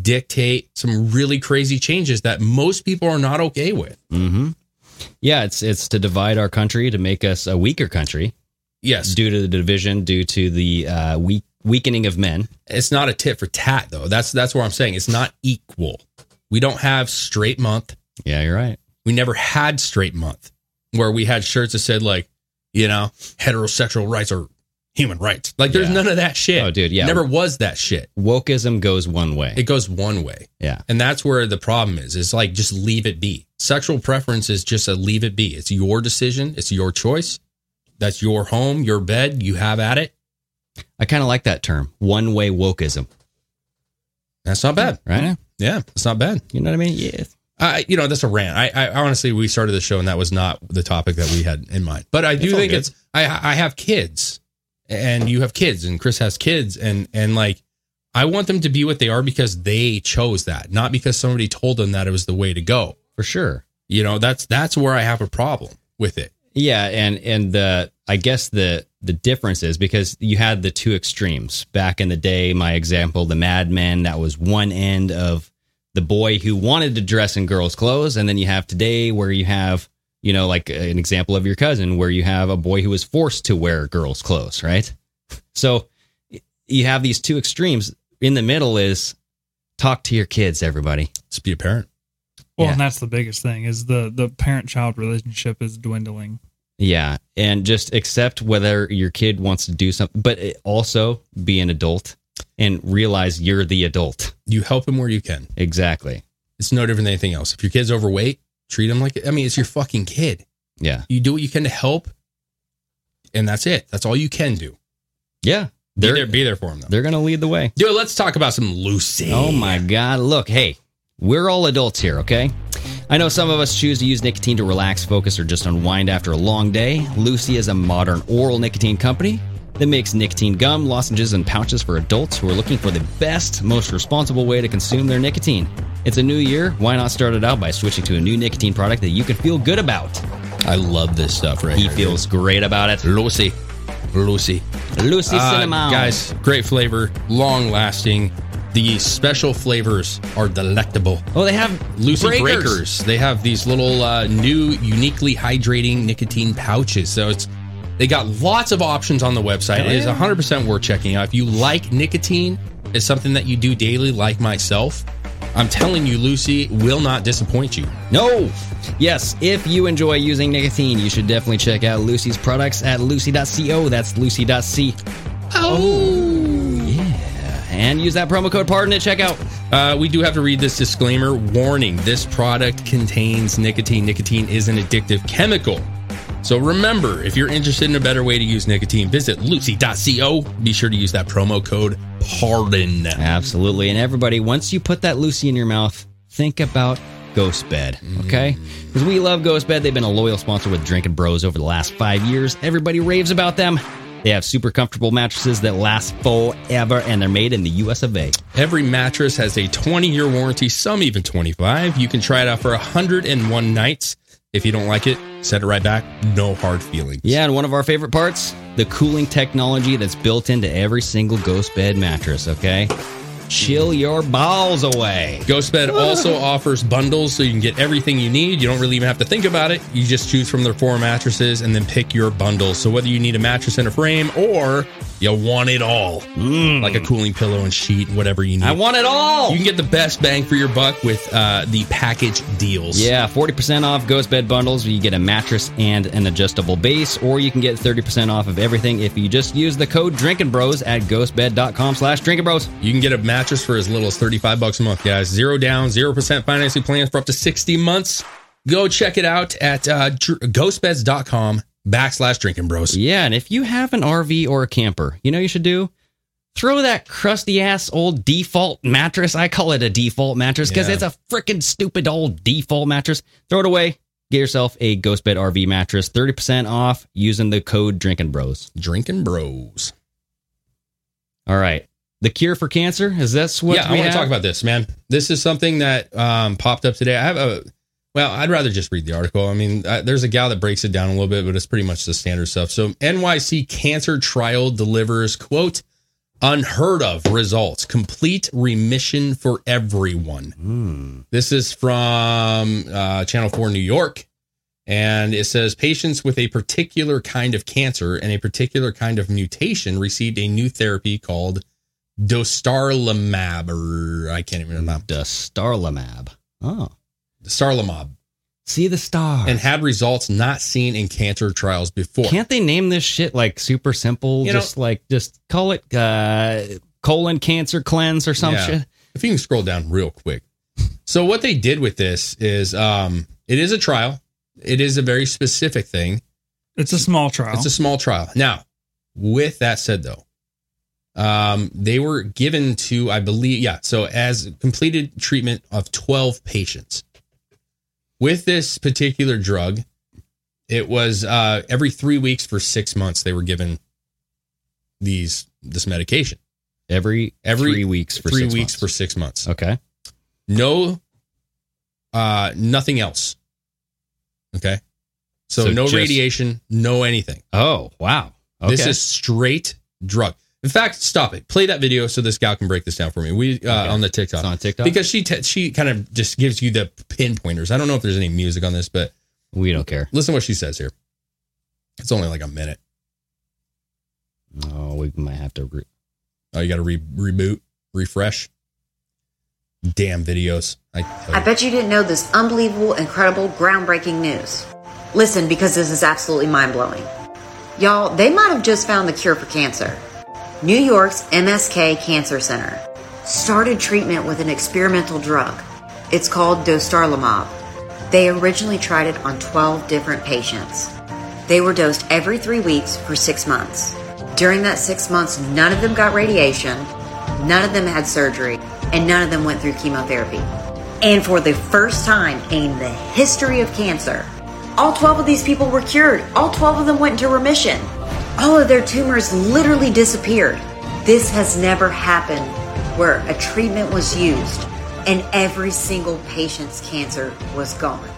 dictate some really crazy changes that most people are not okay with.
hmm Yeah, it's it's to divide our country to make us a weaker country.
Yes.
due to the division, due to the uh, weak, weakening of men.
It's not a tit for tat though. That's that's where I'm saying it's not equal. We don't have straight month.
Yeah, you're right.
We never had straight month where we had shirts that said like, you know, heterosexual rights are human rights. Like there's
Yeah.
none of that shit.
Oh, dude, yeah.
Never was that shit.
Wokeism goes one way.
It goes one way.
yeah,
And that's where the problem is. It's like just leave it be. Sexual preference is just a leave it be. It's your decision. It's your choice. That's your home, your bed. You have at it.
I kind of like that term, one way wokeism.
That's not bad.
Right?
Yeah, it's not bad.
You know what I mean? Yeah.
I, you know, that's a rant. I, I honestly, we started the show and that was not the topic that we had in mind. But I do
all
think
good.
it's. I I have kids, and you have kids, and Chris has kids, and and like I want them to be what they are because they chose that, not because somebody told them that it was the way to go.
for sure.
You know, that's that's where I have a problem with it.
Yeah, and and the I guess the the difference is because you had the two extremes back in the day. My example, the Mad Men, that was one end of the boy who wanted to dress in girls' clothes, and then you have today where you have you know like uh, an example of your cousin where you have a boy who was forced to wear girls' clothes, right? So y- you have these two extremes. In the middle is talk to your kids, everybody.
Just be a parent.
Well,
Yeah.
and that's the biggest thing is the the parent child relationship is dwindling.
Yeah, and just accept whether your kid wants to do something, but it- also be an adult and realize you're the adult.
You help them where you can.
Exactly.
It's no different than anything else. If your kid's overweight, treat them like I mean, it's your fucking kid.
Yeah.
You do what you can to help, and that's it. That's all you can do.
Yeah.
Be
They're
there, be there for them though.
they're going to lead the way.
Dude, let's talk about some Lucy.
Oh my God. Look, hey, we're all adults here, okay? I know some of us choose to use nicotine to relax, focus, or just unwind after a long day. Lucy is a modern oral nicotine company that makes nicotine gum, lozenges, and pouches for adults who are looking for the best, most responsible way to consume their nicotine. It's a new year. Why not start it out by switching to a new nicotine product that you can feel good about?
I love this stuff right
He
here.
feels great about it.
Lucy. Lucy.
Lucy
Uh,
Cinnamon.
guys, great flavor, long lasting. The special flavors are delectable.
Oh, they have
Lucy breakers.
breakers.
They have these little uh, new, uniquely hydrating nicotine pouches. So it's they got lots of options on the website. It is 100% worth checking out. If you like nicotine, is something that you do daily, like myself, I'm telling you, Lucy will not disappoint you.
No. Yes, if you enjoy using nicotine, you should definitely check out Lucy's products at lucy.co. That's lucy.co. Oh. Yeah. And use that promo code PARDON at checkout.
Uh, we do have to read this disclaimer warning this product contains nicotine. Nicotine is an addictive chemical. So remember, if you're interested in a better way to use nicotine, visit lucy.co. Be sure to use that promo code PARDON.
Absolutely. And everybody, once you put that Lucy in your mouth, think about Ghost Bed, okay? Because we love Ghost Bed. They've been a loyal sponsor with Drinking Bros over the last five years. Everybody raves about them. They have super comfortable mattresses that last forever, and they're made in the US of A.
Every mattress has a 20 year warranty, some even 25. You can try it out for 101 nights. If you don't like it, set it right back. No hard feelings.
Yeah, and one of our favorite parts the cooling technology that's built into every single Ghost Bed mattress, okay? Chill your balls away.
Ghostbed also offers bundles so you can get everything you need. You don't really even have to think about it. You just choose from their four mattresses and then pick your bundle. So whether you need a mattress and a frame or you want it all, like a cooling pillow and sheet, whatever you need.
Mm. I want it all.
you can get the best bang for your buck with uh, the package deals.
Yeah, 40% off Ghost Bed bundles. You get a mattress and an adjustable base, or you can get 30% off of everything if you just use the code Drinking Bros at ghostbed.com slash Drinking Bros.
You can get a mattress for as little as 35 bucks a month, guys. Zero down, 0% financing plans for up to 60 months. Go check it out at uh, dr- ghostbeds.com backslash drinking bros.
Yeah, and if you have an RV or a camper, you know what you should do? Throw that crusty ass old default mattress. I call it a default mattress because
Yeah.
it's a freaking stupid old default mattress. Throw it away. Get yourself a Ghost Bed RV mattress, 30% off using the code Drinking Bros.
Drinking bros.
All right. The cure for cancer? Is this what
yeah,
we
I want
have?
to talk about this, man. This is something that um, popped up today. I have a well, I'd rather just read the article. I mean, uh there's a gal that breaks it down a little bit, but it's pretty much the standard stuff. So, NYC cancer trial delivers quote unheard of results, complete remission for everyone. This is from uh, Channel 4 New York. And it says patients with a particular kind of cancer and a particular kind of mutation received a new therapy called dostarlimab, or I can't even remember.
The Starlamab. Oh.
Starlimab,
See the star.
and had results not seen in cancer trials before.
Can't they name this shit like super simple?
You know-
just like, just call it uh, colon cancer cleanse or some
Yeah.
shit.
if you can scroll down real quick. So what they did with this is um it is a trial. It is a very specific thing.
It's a small trial.
It's a small trial. Now, with that said though, um they were given to I believe yeah, so as completed treatment of 12 patients. With this particular drug, it was uh every 3 weeks for 6 months they were given these this medication.
Every
Every-
three weeks for
3
six
weeks
months.
for 6 months
okay.
no uh nothing else okay so,
So
no
just-
radiation no anything
Oh wow. Okay.
this is straight drug in fact stop it play that video so this gal can break this down for me we uh,
Okay.
on the
It's
tiktok
on TikTok
because she t- she kind of just gives you the pinpointers i don't know if there's any music on this but
we don't care.
listen to what she says here it's only like a minute
Oh, we might have to. Re-
oh you gotta re- reboot refresh damn videos i,
I bet you didn't know this unbelievable, incredible, groundbreaking news. Listen, because this is absolutely mind blowing. Y'all, they might have just found the cure for cancer. New York's MSK Cancer Center started treatment with an experimental drug. It's called dostarlimab. They originally tried it on 12 different patients. They were dosed every three weeks for six months. During that six months, none of them got radiation, none of them had surgery, and none of them went through chemotherapy. And for the first time in the history of cancer, all 12 of these people were cured. All 12 of them went into remission. All of their tumors literally disappeared. This has never happened where a treatment was used and every single patient's cancer was gone.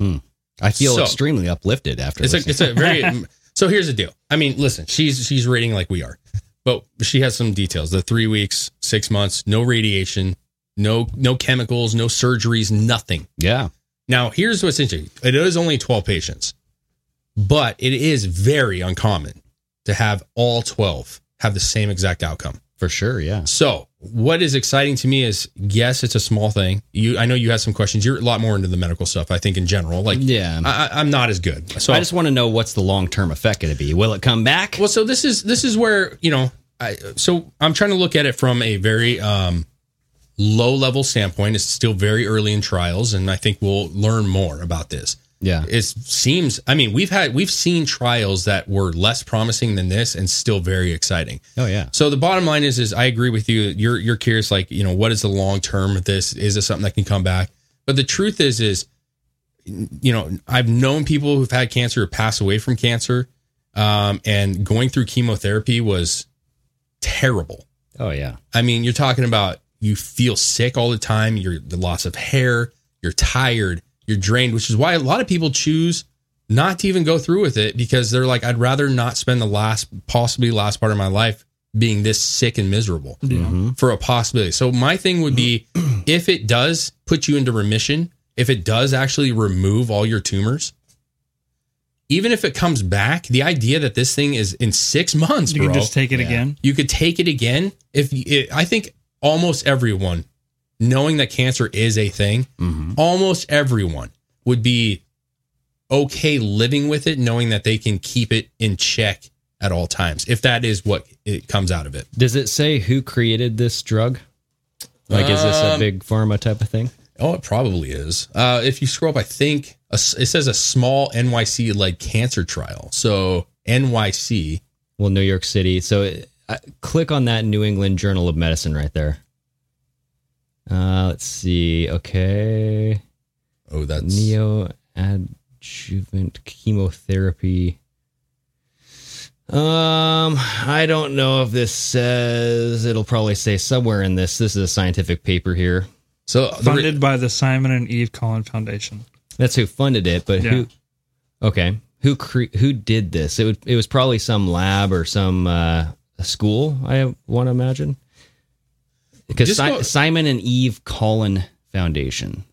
I feel
So-
extremely uplifted after
It's
this.
a, it's a very. so here's the deal. I mean, listen, she's she's rating like we are, but she has some details. The three weeks, six months, no radiation, no no chemicals, no surgeries, nothing.
yeah.
Now here's what's interesting. It is only twelve patients, but it is very uncommon to have all twelve have the same exact outcome.
For sure, yeah.
So, what is exciting to me is yes, it's a small thing. You, I know you have some questions. You're a lot more into the medical stuff, I think, in general. Like,
yeah,
I, I- I'm not as good. So,
Um, I just want to know what's the long term effect going to be. Will it come back?
Well, so this is this is where you know, I so I'm trying to look at it from a very um, low level standpoint. It's still very early in trials, and I think we'll learn more about this.
Yeah.
It seems. I mean, we've had we've seen trials that were less promising than this, and still very exciting.
Oh yeah.
So the bottom line is, is I agree with you. You're you're curious, like you know, what is the long term of this? Is this something that can come back? But the truth is, is you know, I've known people who've had cancer or pass away from cancer, um, and going through chemotherapy was terrible.
Oh yeah.
I mean, you're talking about you feel sick all the time. You're the loss of hair. You're tired. You're drained, which is why a lot of people choose not to even go through with it because they're like, I'd rather not spend the last, possibly last part of my life being this sick and miserable for a possibility. So my thing would be if it does put you into remission, if it does actually remove all your tumors, even if it comes back, the idea that this thing is in six months,
You can
bro,
just take it again.
You could take it again if you- it, I think almost everyone, knowing that cancer is a thing,
Mm-hmm.
almost everyone would be okay living with it, knowing that they can keep it in check at all times. If that is what it comes out of it,
Does it say who created this drug? Like, is this a
Um,
big pharma type of thing?
oh, it probably is. Uh, if you scroll up, I think a s it says a small NYC led cancer trial. So NYC.
Well, New York City. So it, uh, click on that New England Journal of Medicine right there. Uh, let's see. Okay.
Oh, that's
Neoadjuvant chemotherapy. Um, I don't know if this says. It'll probably say somewhere in this. This is a scientific paper here.
So the re-
Funded by the Simon and Eve Collin Foundation.
That's who funded it, but
Yeah.
who? Okay, who cre- who did this? It would, it was probably some lab or some uh, school. I want to imagine because
Just
si-
go-
Simon and Eve Collin Foundation.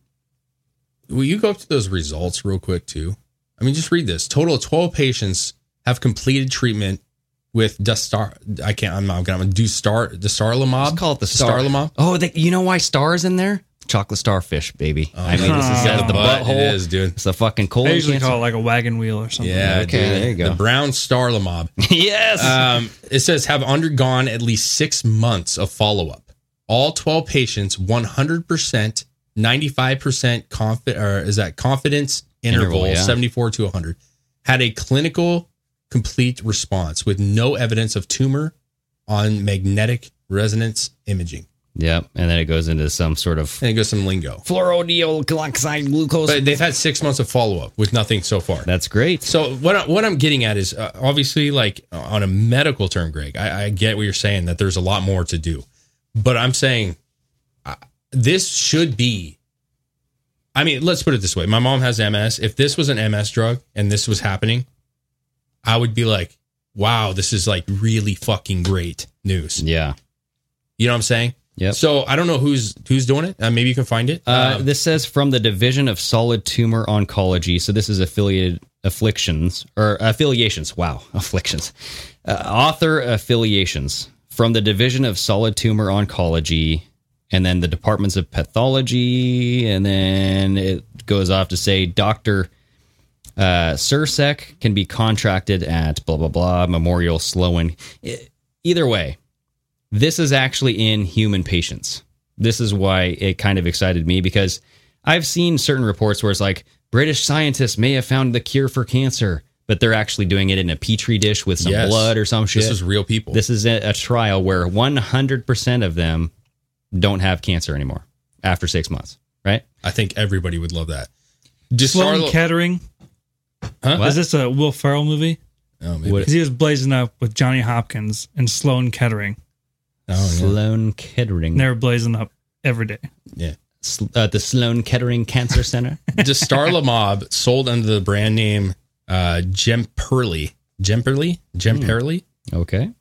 Will you go up to those results real quick too? I mean, just read this. Total of twelve patients have completed treatment with Dustar. I can't. I'm not gonna do star the
Let's
Starlamab.
call it the star.
Starlamab.
Oh, they, you know why stars in there? Chocolate starfish, baby. I mean, this is
no.
says the
But
butthole.
It is, dude.
It's the fucking colon
They usually
cancer.
call it like a wagon wheel or something.
Yeah.
Oh, Okay,
dude.
there you go.
The brown Starlamab.
yes.
Um, it says have undergone at least six months of follow up. All twelve patients, one hundred percent, ninety five percent confident, or is that confidence interval,
Interval, yeah.
seventy four to one hundred, had a clinical complete response with no evidence of tumor on magnetic resonance imaging.
yep. And then it goes into some sort of
And it goes some lingo,
fluorodioxide glucose.
but they've had six months of follow up with nothing so far.
That's great.
So what I, what I'm getting at is uh, obviously like uh, on a medical term, Greg. I, I get what you're saying that there's a lot more to do, but I'm saying uh, this should be. I mean, let's put it this way: my mom has MS. If this was an MS drug and this was happening, I would be like, "Wow, this is like really fucking great news."
yeah.
You know what I'm saying?
Yep.
So I don't know who's who's doing it. Uh, maybe you can find it.
Uh,
Um,
this says from the Division of Solid Tumor Oncology. So this is affiliated afflictions or affiliations. Wow, afflictions. Uh, author affiliations from the Division of Solid Tumor Oncology, and then the departments of pathology, and then it goes off to say Doctor uh, Sursec can be contracted at blah blah blah Memorial Sloan. E- Either way, this is actually in human patients. This is why it kind of excited me because I've seen certain reports where it's like British scientists may have found the cure for cancer, but they're actually doing it in a petri dish with some
Yes.
blood or some shit.
this is real people.
This is a, a trial where 100% of them don't have cancer anymore after six months, right?
I think everybody would love that.
Sloan
Starlo-
Kettering.
Huh?
Is this a Will Ferrell movie?
Oh, maybe.
What,
Because he was blazing up with Johnny Hopkins and Sloan Kettering.
Oh, yeah.
Sloan
Hmm.
Kettering.
And they were blazing up every day.
yeah.
Sl- uh, the Sloan Kettering Cancer Center.
Destarlamob sold under the brand name uh, Gemperli. Gemperli? Gemperli
okay.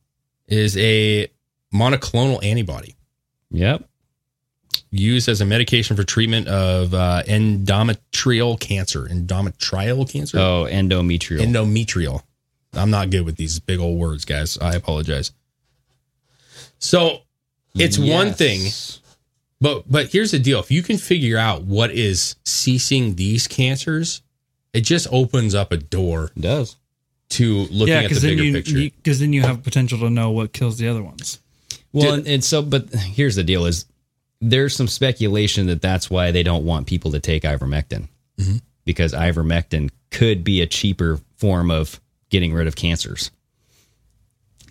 is a monoclonal antibody
Yep.
used as a medication for treatment of uh, endometrial cancer. Endometrial cancer?
Oh, endometrial.
Endometrial. I'm not good with these big old words, guys. I apologize. So it's one
Yes.
thing, but but here's the deal: if you can figure out what is ceasing these cancers, it just opens up a door.
does
to looking at the
then
bigger
you
picture.
because then you have potential to know what kills the other ones.
Well, and, and so, but here's the deal: is there's some speculation that that's why they don't want people to take ivermectin
Mhm.
because ivermectin could be a cheaper form of getting rid of cancers,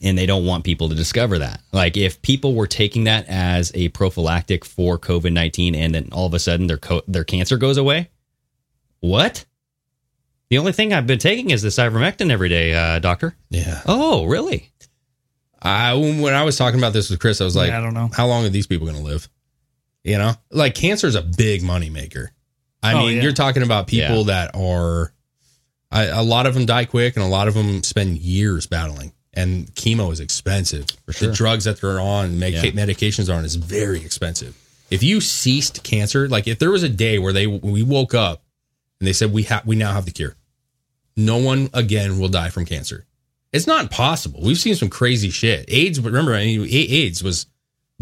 and they don't want people to discover that. Like, if people were taking that as a prophylactic for COVID nineteen, and then all of a sudden their co- their cancer goes away, what? The only thing I've been taking is this ivermectin every day, uh, doctor.
yeah.
Oh, really?
I when I was talking about this with Chris, I was like,
Yeah, I don't know.
how long are these people going to live? You know, like cancer is a big moneymaker. I
Oh,
mean,
yeah.
you're talking about people
Yeah.
that are, I, a lot of them die quick, and a lot of them spend years battling. And chemo is expensive.
sure.
The drugs that they're on, med-
Yeah.
medications on, is very expensive. If you ceased cancer, like if there was a day where they we woke up and they said we have we now have the cure, no one again will die from cancer. It's not possible. We've seen some crazy shit. AIDS, remember, I mean, A- AIDS was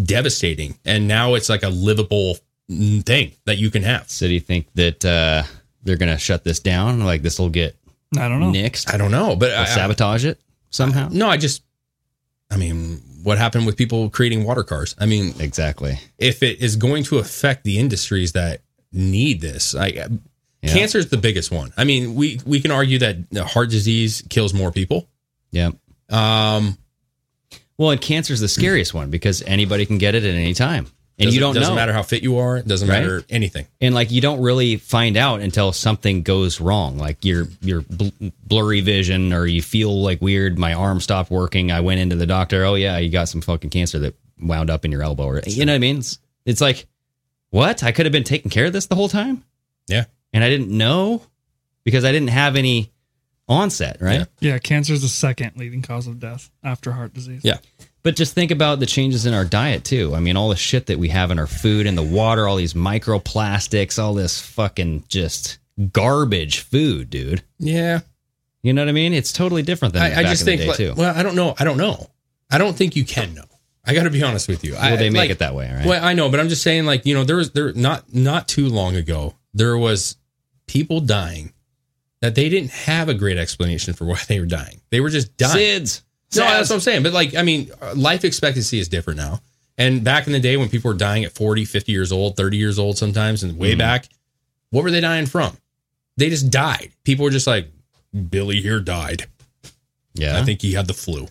devastating, and now it's like a livable mm, thing that you can have.
city think that uh, they're going to shut this down? Like this will get
I don't know.
nixed?
I don't know, but
They'll
I, I,
sabotage it somehow?
no, I just, I mean, what happened with people creating water cars? I mean,
Exactly.
if it is going to affect the industries that need this, I, uh,
Yeah.
cancer is the biggest one. I mean, we we can argue that you know, heart disease kills more people.
Yeah.
Um,
Well, and cancer's the scariest one because anybody can get it at any time. And you
doesn't-
don't
doesn't
know.
matter how fit you are. It doesn't
Right?
matter anything.
And like you don't really find out until something goes wrong, like your your bl- blurry vision or you feel like weird. My arm stopped working. I went into the doctor. Oh yeah, you got some fucking cancer that wound up in your elbow. Or you know what I mean? It's, it's like what? I could have been taking care of this the whole time.
Yeah.
and I didn't know because I didn't have any onset, right?
Yeah.
Yeah, cancer is the second leading cause of death after heart disease.
Yeah.
But just think about the changes in our diet too. I mean, all the shit that we have in our food and the water, all these microplastics, all this fucking just garbage food, dude.
Yeah.
You know what I mean? It's totally different than
I, I
back
just
in
think,
the day
like,
too.
well, I don't know. I don't know. I don't think you can know. I got to be honest with you. I,
Well, they make
like,
it that way, right?
Well, I know, but I'm just saying, like, you know, there was there not not too long ago, there was people dying that they didn't have a great explanation for why they were dying. They were just dying.
SIDS.
No, that's what I'm saying. But like, I mean, uh, life expectancy is different now. And back in the day when people were dying at 40, 50 years old, 30 years old sometimes, and way back, what were they dying from? They just died. People were just like, Billy here died.
yeah.
I think he had the flu.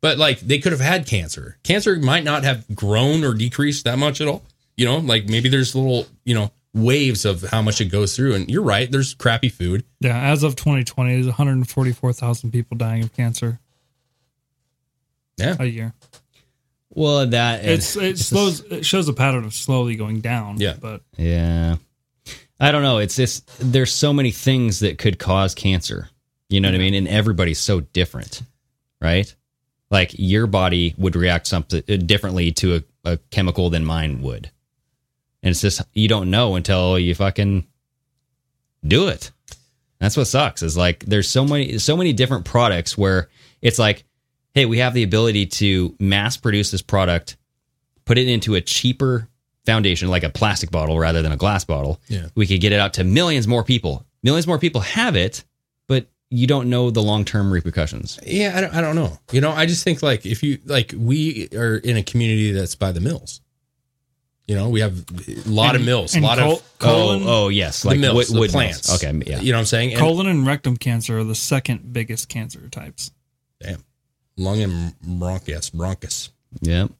But like they could have had cancer. Cancer might not have grown or decreased that much at all. You know, like maybe there's little, you know, waves of how much it goes through. And you're right, there's crappy food.
Yeah, as of 2020, there's 144,000 people dying of cancer
Yeah.
a year.
well, that and-
It's it slows it shows a pattern of slowly going down.
Yeah.
but
Yeah. I don't know. It's just there's so many things that could cause cancer. You know what I mean? And everybody's so different, right? Like your body would react something uh, differently to a, a chemical than mine would. And it's just you don't know until you fucking do it. That's what sucks. Is like there's so many so many different products where it's like, hey, we have the ability to mass produce this product put it into a cheaper foundation, like a plastic bottle rather than a glass bottle,
Yeah.
we could get it out to millions more people. Millions more people have it, but you don't know the long term repercussions.
Yeah, I don't, I don't know. You know, I just think like if you like we are in a community that's by the mills. You know, we have a lot of
And-
mills, a
and
lot
col-
of
colon-
oh, oh, yes,
the
like
mills,
wood,
the
wood
plants.
mills. Okay, yeah.
You know what I'm saying? And
colon and rectum cancer are the second biggest cancer types.
lung and bronchus, bronchus.
Yep.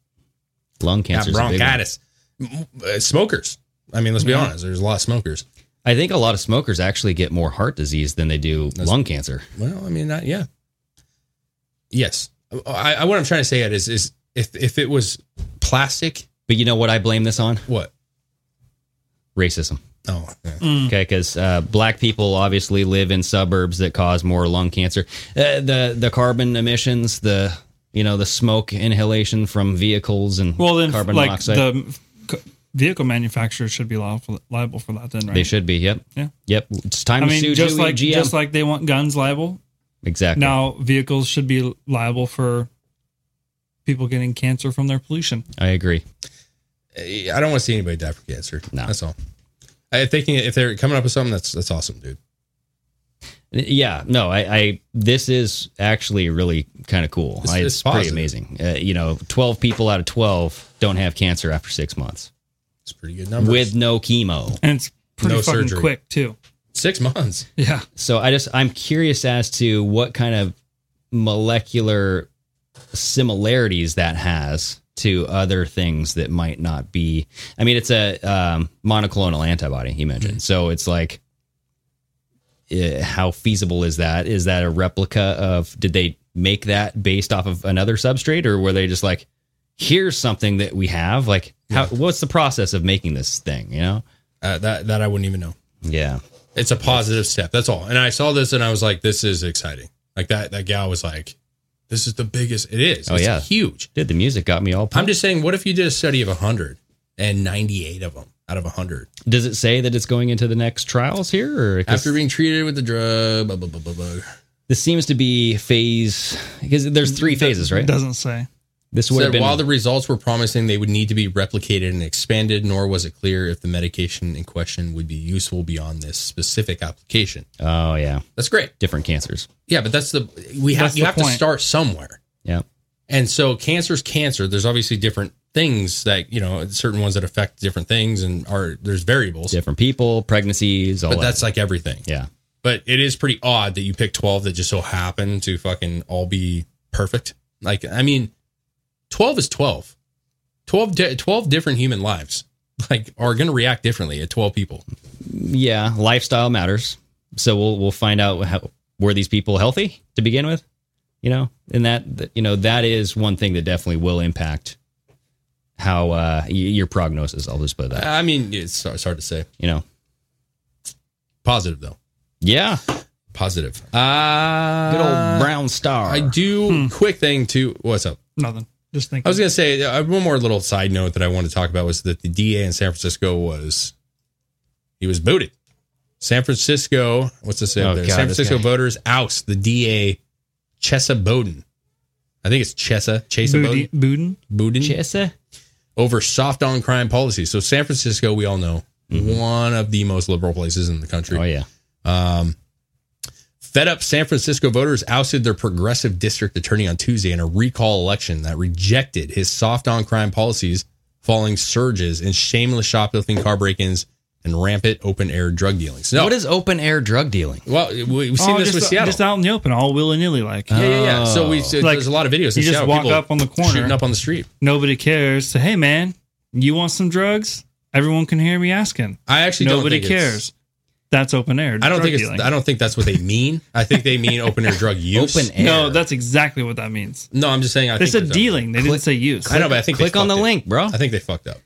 Lung
Not
cancer.
bronchitis. M- uh, Smokers. I mean, let's be
Yeah.
honest. There's a lot of smokers.
I think a lot of smokers actually get more heart disease than they do
That's-
lung cancer.
Well, I mean, that, yeah. Yes. I, I, what I'm trying to say at is, is if, if it was plastic,
But you know what I blame this on?
what?
Racism.
Oh, yeah.
Mm.
Okay, because uh, black people obviously live in suburbs that cause more lung cancer. Uh, the the carbon emissions, the you know the smoke inhalation from vehicles and
Well, then,
carbon
like
monoxide.
the c- vehicle manufacturers should be liable, liable for that. Then, right?
They should be. Yep.
Yeah.
Yep. It's time
I
to sue
mean, just
Dewey
like
GM.
just like they want guns liable,
exactly.
now vehicles should be liable for people getting cancer from their pollution.
I agree.
I don't want to see anybody die from cancer. No, that's all. I think if they're coming up with something, that's that's awesome, dude.
Yeah, no, I, I this is actually really kind of cool.
It's-
I-
it's
It's, pretty
positive.
amazing. Uh, you know, twelve people out of twelve don't have cancer after six months
It's a pretty good number.
with no chemo.
And it's pretty
No
fucking
surgery.
quick too.
six months,
Yeah.
So I just I'm curious as to what kind of molecular similarities that has to other things that might not be. I mean, it's a um, monoclonal antibody you mentioned, so it's like. eh, How feasible is that? Is that a replica of? Did they make that based off of another substrate, or were they just like, "Here's something that we have"? Like, how, what's the process of making this thing? You know?
uh, that that I wouldn't even know.
Yeah.
It's a positive step. That's all. And I saw this and I was like, this is exciting. Like that that gal was like, this is the biggest. It is.
Oh
It's
yeah.
huge.
Dude, the music got me all.
I'm
pumped.
just saying, what if you did a study of 100 and 98 of them out of 100
Does it say that it's going into the next trials here? Or 'cause
after being treated with the drug? Blah, blah, blah, blah, blah.
this seems to be phase because there's three phases, right?
It doesn't say.
This would have
Said,
been
while the results were promising, they would need to be replicated and expanded, nor was it clear if the medication in question would be useful beyond this specific application.
oh yeah,
That's great.
different cancers.
Yeah, but that's the we have
That's
you
the
have to
point.
start somewhere.
Yeah,
And so cancer's cancer. There's obviously different things that, you know, certain ones that affect different things and are there's variables.
different people, pregnancies, all
But
that.
that's like everything.
yeah,
But it is pretty odd that you pick 12 that just so happen to fucking all be perfect. Like, I mean, 12 is 12. 12, di- 12 different human lives like are going to react differently at 12 people.
yeah. Lifestyle matters. So we'll we'll find out how were these people healthy to begin with, you know, and that that- you know that is one thing that definitely will impact how uh y- your prognosis. I'll just put that.
I mean, it's, it's hard to say.
you know.
Positive though.
Yeah,
Positive. Uh,
good old brown star.
I do quick thing too. What's up?
Nothing. Just think.
I was gonna say uh, one more little side note that I want to talk about was that the DA in San Francisco was he was booted. San Francisco, what's this? say up
Oh,
there?
God,
San
this
Francisco
guy.
voters oust the DA Chesa Bowden. I think it's Chesa Chesa
Boudin,
Bowden
Boudin.
Bowden
Chesa.
over soft on crime policy. So San Francisco, we all know, one of the most liberal places in the country.
Mm-hmm. Oh yeah.
Fed up San Francisco voters ousted their progressive district attorney on Tuesday in a recall election that rejected his soft on crime policies following surges in shameless shoplifting, car break ins, and rampant open air drug dealings. No,
What is open air drug dealing?
well, we- we've seen
Oh,
this
just,
with Seattle.
just out in the open, all willy nilly like.
yeah, yeah, yeah. So we so
Like,
there's a lot of videos.
you
in
just
Seattle,
walk
people
up on the corner.
shooting up on the street.
Nobody cares. So hey man, you want some drugs? Everyone can hear me asking.
I actually
Nobody
don't think it's-
cares. That's open air.
I don't
drug
think it's.
dealing.
I don't think that's what they mean. I think they mean open air drug use.
Open air.
No, that's exactly what that means.
No, I'm just saying. I
They
think
said
there's a-
dealing. They didn't say use.
I know, but I think they
Click on the
fucked it.
link, bro.
I think they fucked up.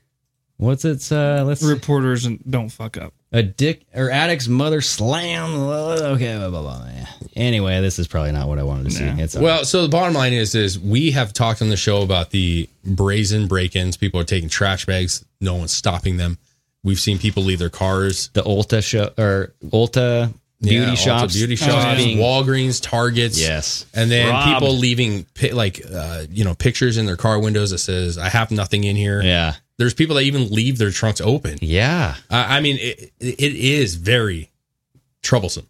What's its uh let's
Reporters and don't fuck up.
addict or addict's mother slam uh, okay blah blah blah. Yeah. Anyway, this is probably not what I wanted to see. It's uh, all
Well, so the bottom line is, is we have talked on the show about the brazen break-ins. People are taking trash bags. No one's stopping them. We've seen people leave their cars.
the Ulta show or Ulta
Yeah,
beauty
Ulta
shops.
beauty shops,
being-
Walgreens, Targets.
Yes.
and then
Robbed.
people leaving pi- like uh, you know pictures in their car windows that says "I have nothing in here."
Yeah.
There's people that even leave their trunks open.
Yeah.
I I mean, it, it is very troublesome.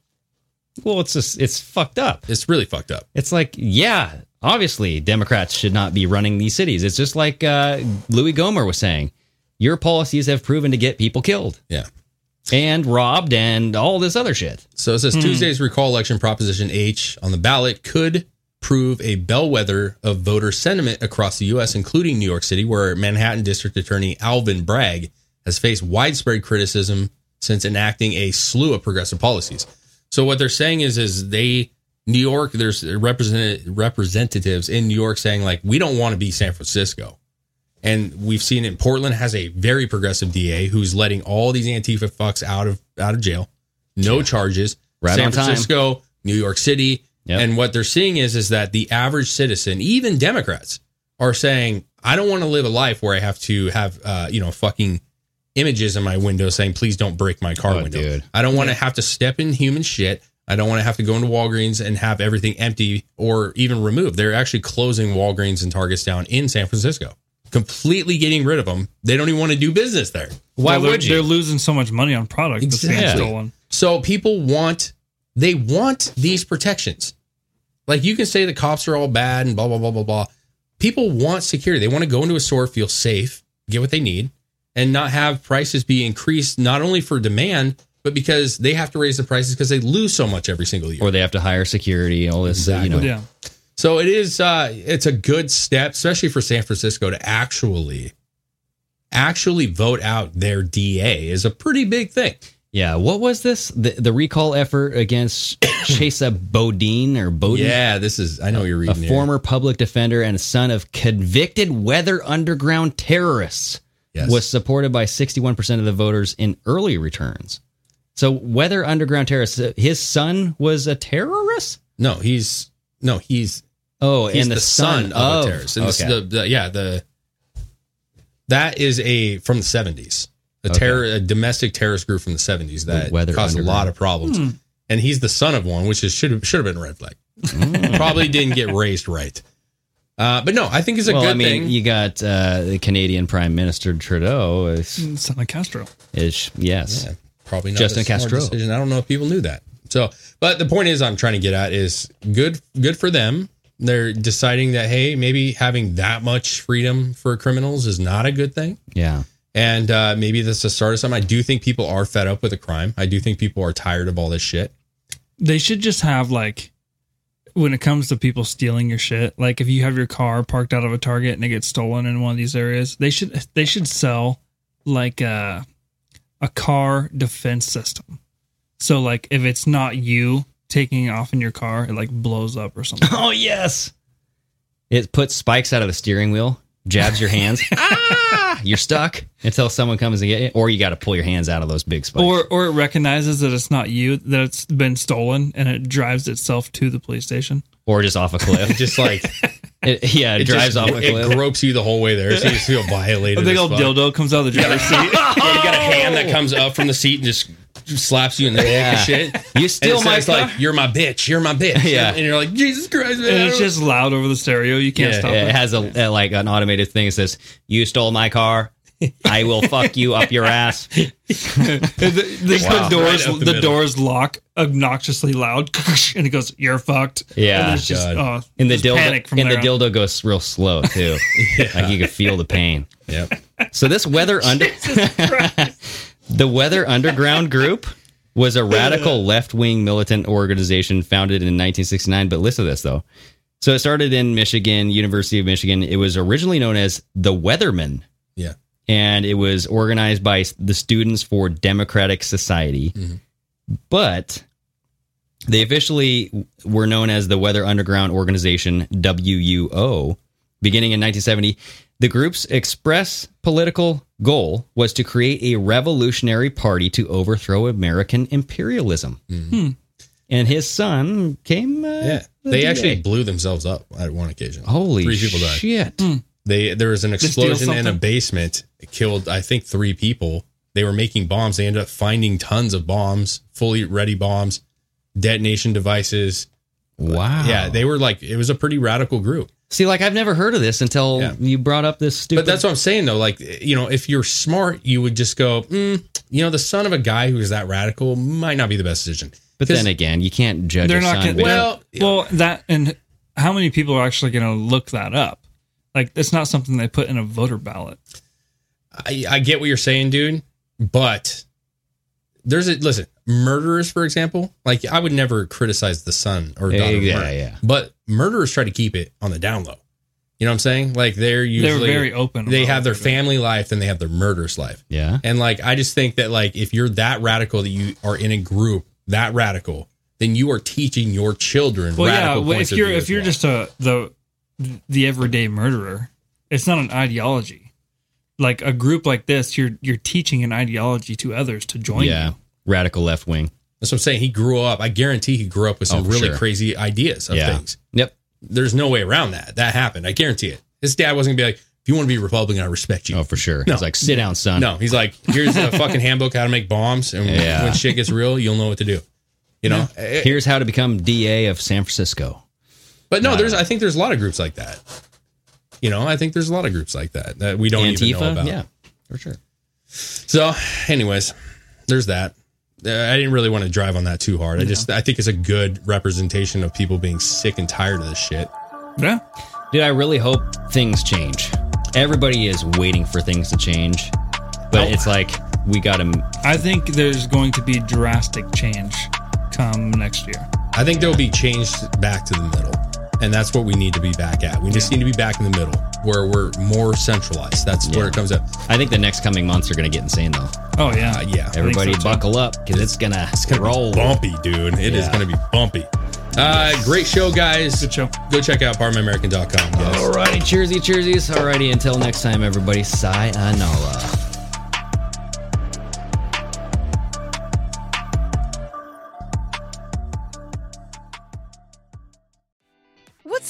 Well, it's just it's fucked up.
It's really fucked up.
It's like, yeah, obviously Democrats should not be running these cities. It's just like uh Louis Gomer was saying. Your policies have proven to get people killed
Yeah.
and robbed and all this other shit.
So it says Tuesday's recall election proposition H on the ballot could prove a bellwether of voter sentiment across the U.S., including New York City, where Manhattan District Attorney Alvin Bragg has faced widespread criticism since enacting a slew of progressive policies. So what they're saying is, is they New York, there's represent- representatives in New York saying like, we don't want to be San Francisco. And we've seen it. Portland has a very progressive DA who's letting all these Antifa fucks out of out of jail, no charges.
Right
San
on time.
Francisco, New York City,
Yep.
and what they're seeing is is that the average citizen, even Democrats, are saying, I don't want to live a life where I have to have uh, you know fucking images in my window saying, please don't break my car
Oh,
window.
dude.
I don't want to have to step in human shit. I don't want to have to go into Walgreens and have everything empty or even removed. They're actually closing Walgreens and Targets down in San Francisco, completely getting rid of them. They don't even want to do business there.
Why would you? They're losing so much money on product. that's being
Exactly.
stolen.
So people want they want these protections. Like you can say the cops are all bad and blah blah blah blah blah. People want security. They want to go into a store, feel safe, get what they need, and not have prices be increased not only for demand, but because they have to raise the prices because they lose so much every single year.
Or they have to hire security, all this, you know.
Yeah.
So it is uh it's a good step, especially for San Francisco to actually actually vote out their DA is a pretty big thing.
Yeah, what was this? The, the recall effort against Chesa Bodine or Bodine?
Yeah, this is I know you're
a
reading it.
former public defender and son of convicted Weather Underground terrorists,
Yes.
was supported by 61% of the voters in early returns. So, Weather Underground terrorists, uh, his son was a terrorist?
No, he's no, he's
Oh,
he's
and the, son, of,
a terrorist. And this-
Okay.
the, the- yeah, the that is a from the seventies, a terror, a domestic terrorist group from the seventies that
Weather
caused a
Underground.
lot of problems.
Hmm.
And he's the son of one, which is should have should have been a red flag.
Hmm.
Probably didn't get raised right. Uh, but no, I think it's a
well,
good
I mean,
thing.
you got uh, the Canadian Prime Minister Trudeau is,
It's not like Castro.
is yes.
Hmm. Yeah, probably not
Justin
a smart
Castro.
decision. I don't know if people knew that. So, but the point is, I'm trying to get at is good. Good for them. They're deciding that hey, maybe having that much freedom for criminals is not a good thing,
Yeah.
and uh, maybe this is the start of something. I do think people are fed up with the crime. I do think people are tired of all this shit.
They should just have like when it comes to people stealing your shit, like if you have your car parked out of a Target and it gets stolen in one of these areas, they should they should sell like a a car defense system. So like if it's not you taking off in your car, it like blows up or something.
Oh yes. It puts spikes out of the steering wheel, jabs your hands. ah, you're stuck until someone comes and get you, or you got to pull your hands out of those big spikes.
Or or it recognizes that it's not you that it's been stolen and it drives itself to the police station.
or just off a cliff.
Just like
It- yeah, it,
it
drives
just-
off a
it,
cliff.
it gropes you the whole way there, so you just feel
A
violated.
big
as
old
fuck.
dildo comes out of the driver's seat.
Or you got a hand that comes up from the seat and just slaps you in the
Oh. Yeah.
head and shit.
You steal
and it
my
says,
car?
like you're my bitch, you're my bitch.
Yeah.
and, you're like Jesus Christ, man. I
And it's
don't-
just loud over the stereo. You can't
Yeah,
stop
it
it.
has a, a- like an automated thing that says, "You stole my car. I will fuck you up your ass."
The, the- the
Wow.
doors,
Right up the
the,
middle.
doors lock obnocciously loud, and it goes, "You're fucked."
Yeah,
and it's just,
God.
oh,
And the
just panic
dildo
from
and the
there on.
dildo goes real slow too. Like you can feel the pain.
Yep.
So this weather under the Weather Underground group was a radical left-wing militant organization founded in 1969. But listen to this though. So it started in Michigan, University of Michigan. It was originally known as the Weathermen,
Yeah.
and it was organized by the Students for Democratic Society.
Mm-hmm.
But they officially were known as the Weather Underground Organization (WUO) beginning in 1970. The group's express political goal was to create a revolutionary party to overthrow American imperialism. And his son came. Uh,
Mm-hmm. Yeah.
the
They
DA.
actually blew themselves up at one occasion.
holy
three people died.
shit.
They there was an
steal
explosion in a
something?
basement. It killed I think three people. They were making bombs. They ended up finding tons of bombs, fully ready bombs, detonation devices.
Wow.
Yeah, they were like it was a pretty radical group.
see like I've never heard of this until
Yeah.
you brought up this stupid.
But that's what I'm saying though. Like you know, if you're smart, you would just go, mm, you know, the son of a guy who is that radical might not be the best decision.
But
'Cause-
then again, you can't judge.
They're
a
not
son
gonna-
based-
well,
Well, that and how many people are actually going to look that up? Like, it's not something they put in a voter ballot.
I, I get what you're saying, dude, but there's a listen, murderers, for example, like I would never criticize the son or
Yeah,
daughter. of
yeah,
murder,
yeah.
But murderers try to keep it on the down low. You know what I'm saying? Like they're usually
they were very open.
They
about
have their
it.
family life and they have their murderous life.
yeah.
And like I just think that like if you're that radical that you are in a group that radical, then you are teaching your children
Well,
radical
yeah. well,
points
If
of
you're
view
if
as
you're
well.
just a the the everyday murderer, it's not an ideology. Like a group like this, you're you're teaching an ideology to others to join
Yeah.
you.
Radical left wing.
that's what I'm saying. He grew up. I guarantee he grew up with
Oh,
some
for
really
sure.
crazy ideas of
Yeah.
things.
Yep.
there's no way around that. That happened. I guarantee it. His dad wasn't gonna be like, if you want to be Republican, I respect you.
Oh, for sure.
No.
It's like sit down, son.
No, he's like, here's a fucking handbook how to make bombs, and
Yeah.
when shit gets real, you'll know what to do. You know,
Yeah. Eh, here's how to become DA of San Francisco.
But no, there's I think there's a lot of groups like that. You know, I think there's a lot of groups like that that we don't even know
Antifa?
about.
Yeah, for sure.
So, anyways, there's that. Uh, I didn't really want to drive on that too hard. I just I think it's a good representation of people being sick and tired of this shit.
Yeah.
Dude, I really hope things change. Everybody is waiting for things to change, but it's like we got to.
I think there's going to be drastic change come next year.
I think they'll be changed back to the middle. And that's what we need to be back at. We just need to be back in the middle where we're more centralized. That's where it comes up.
I think the next coming months are going to get insane, though.
Oh yeah,
Uh, yeah.
Everybody,
so, too.
buckle up because it's gonna
It's gonna
roll.
be bumpy, dude. It is
Yeah.
gonna be bumpy. Uh, great show, guys.
Good show.
Go check out ParmaAmerican.com, guys.
Alrighty, cheersy, cheersies. Alrighty, until next time, everybody. Sayonara.
What's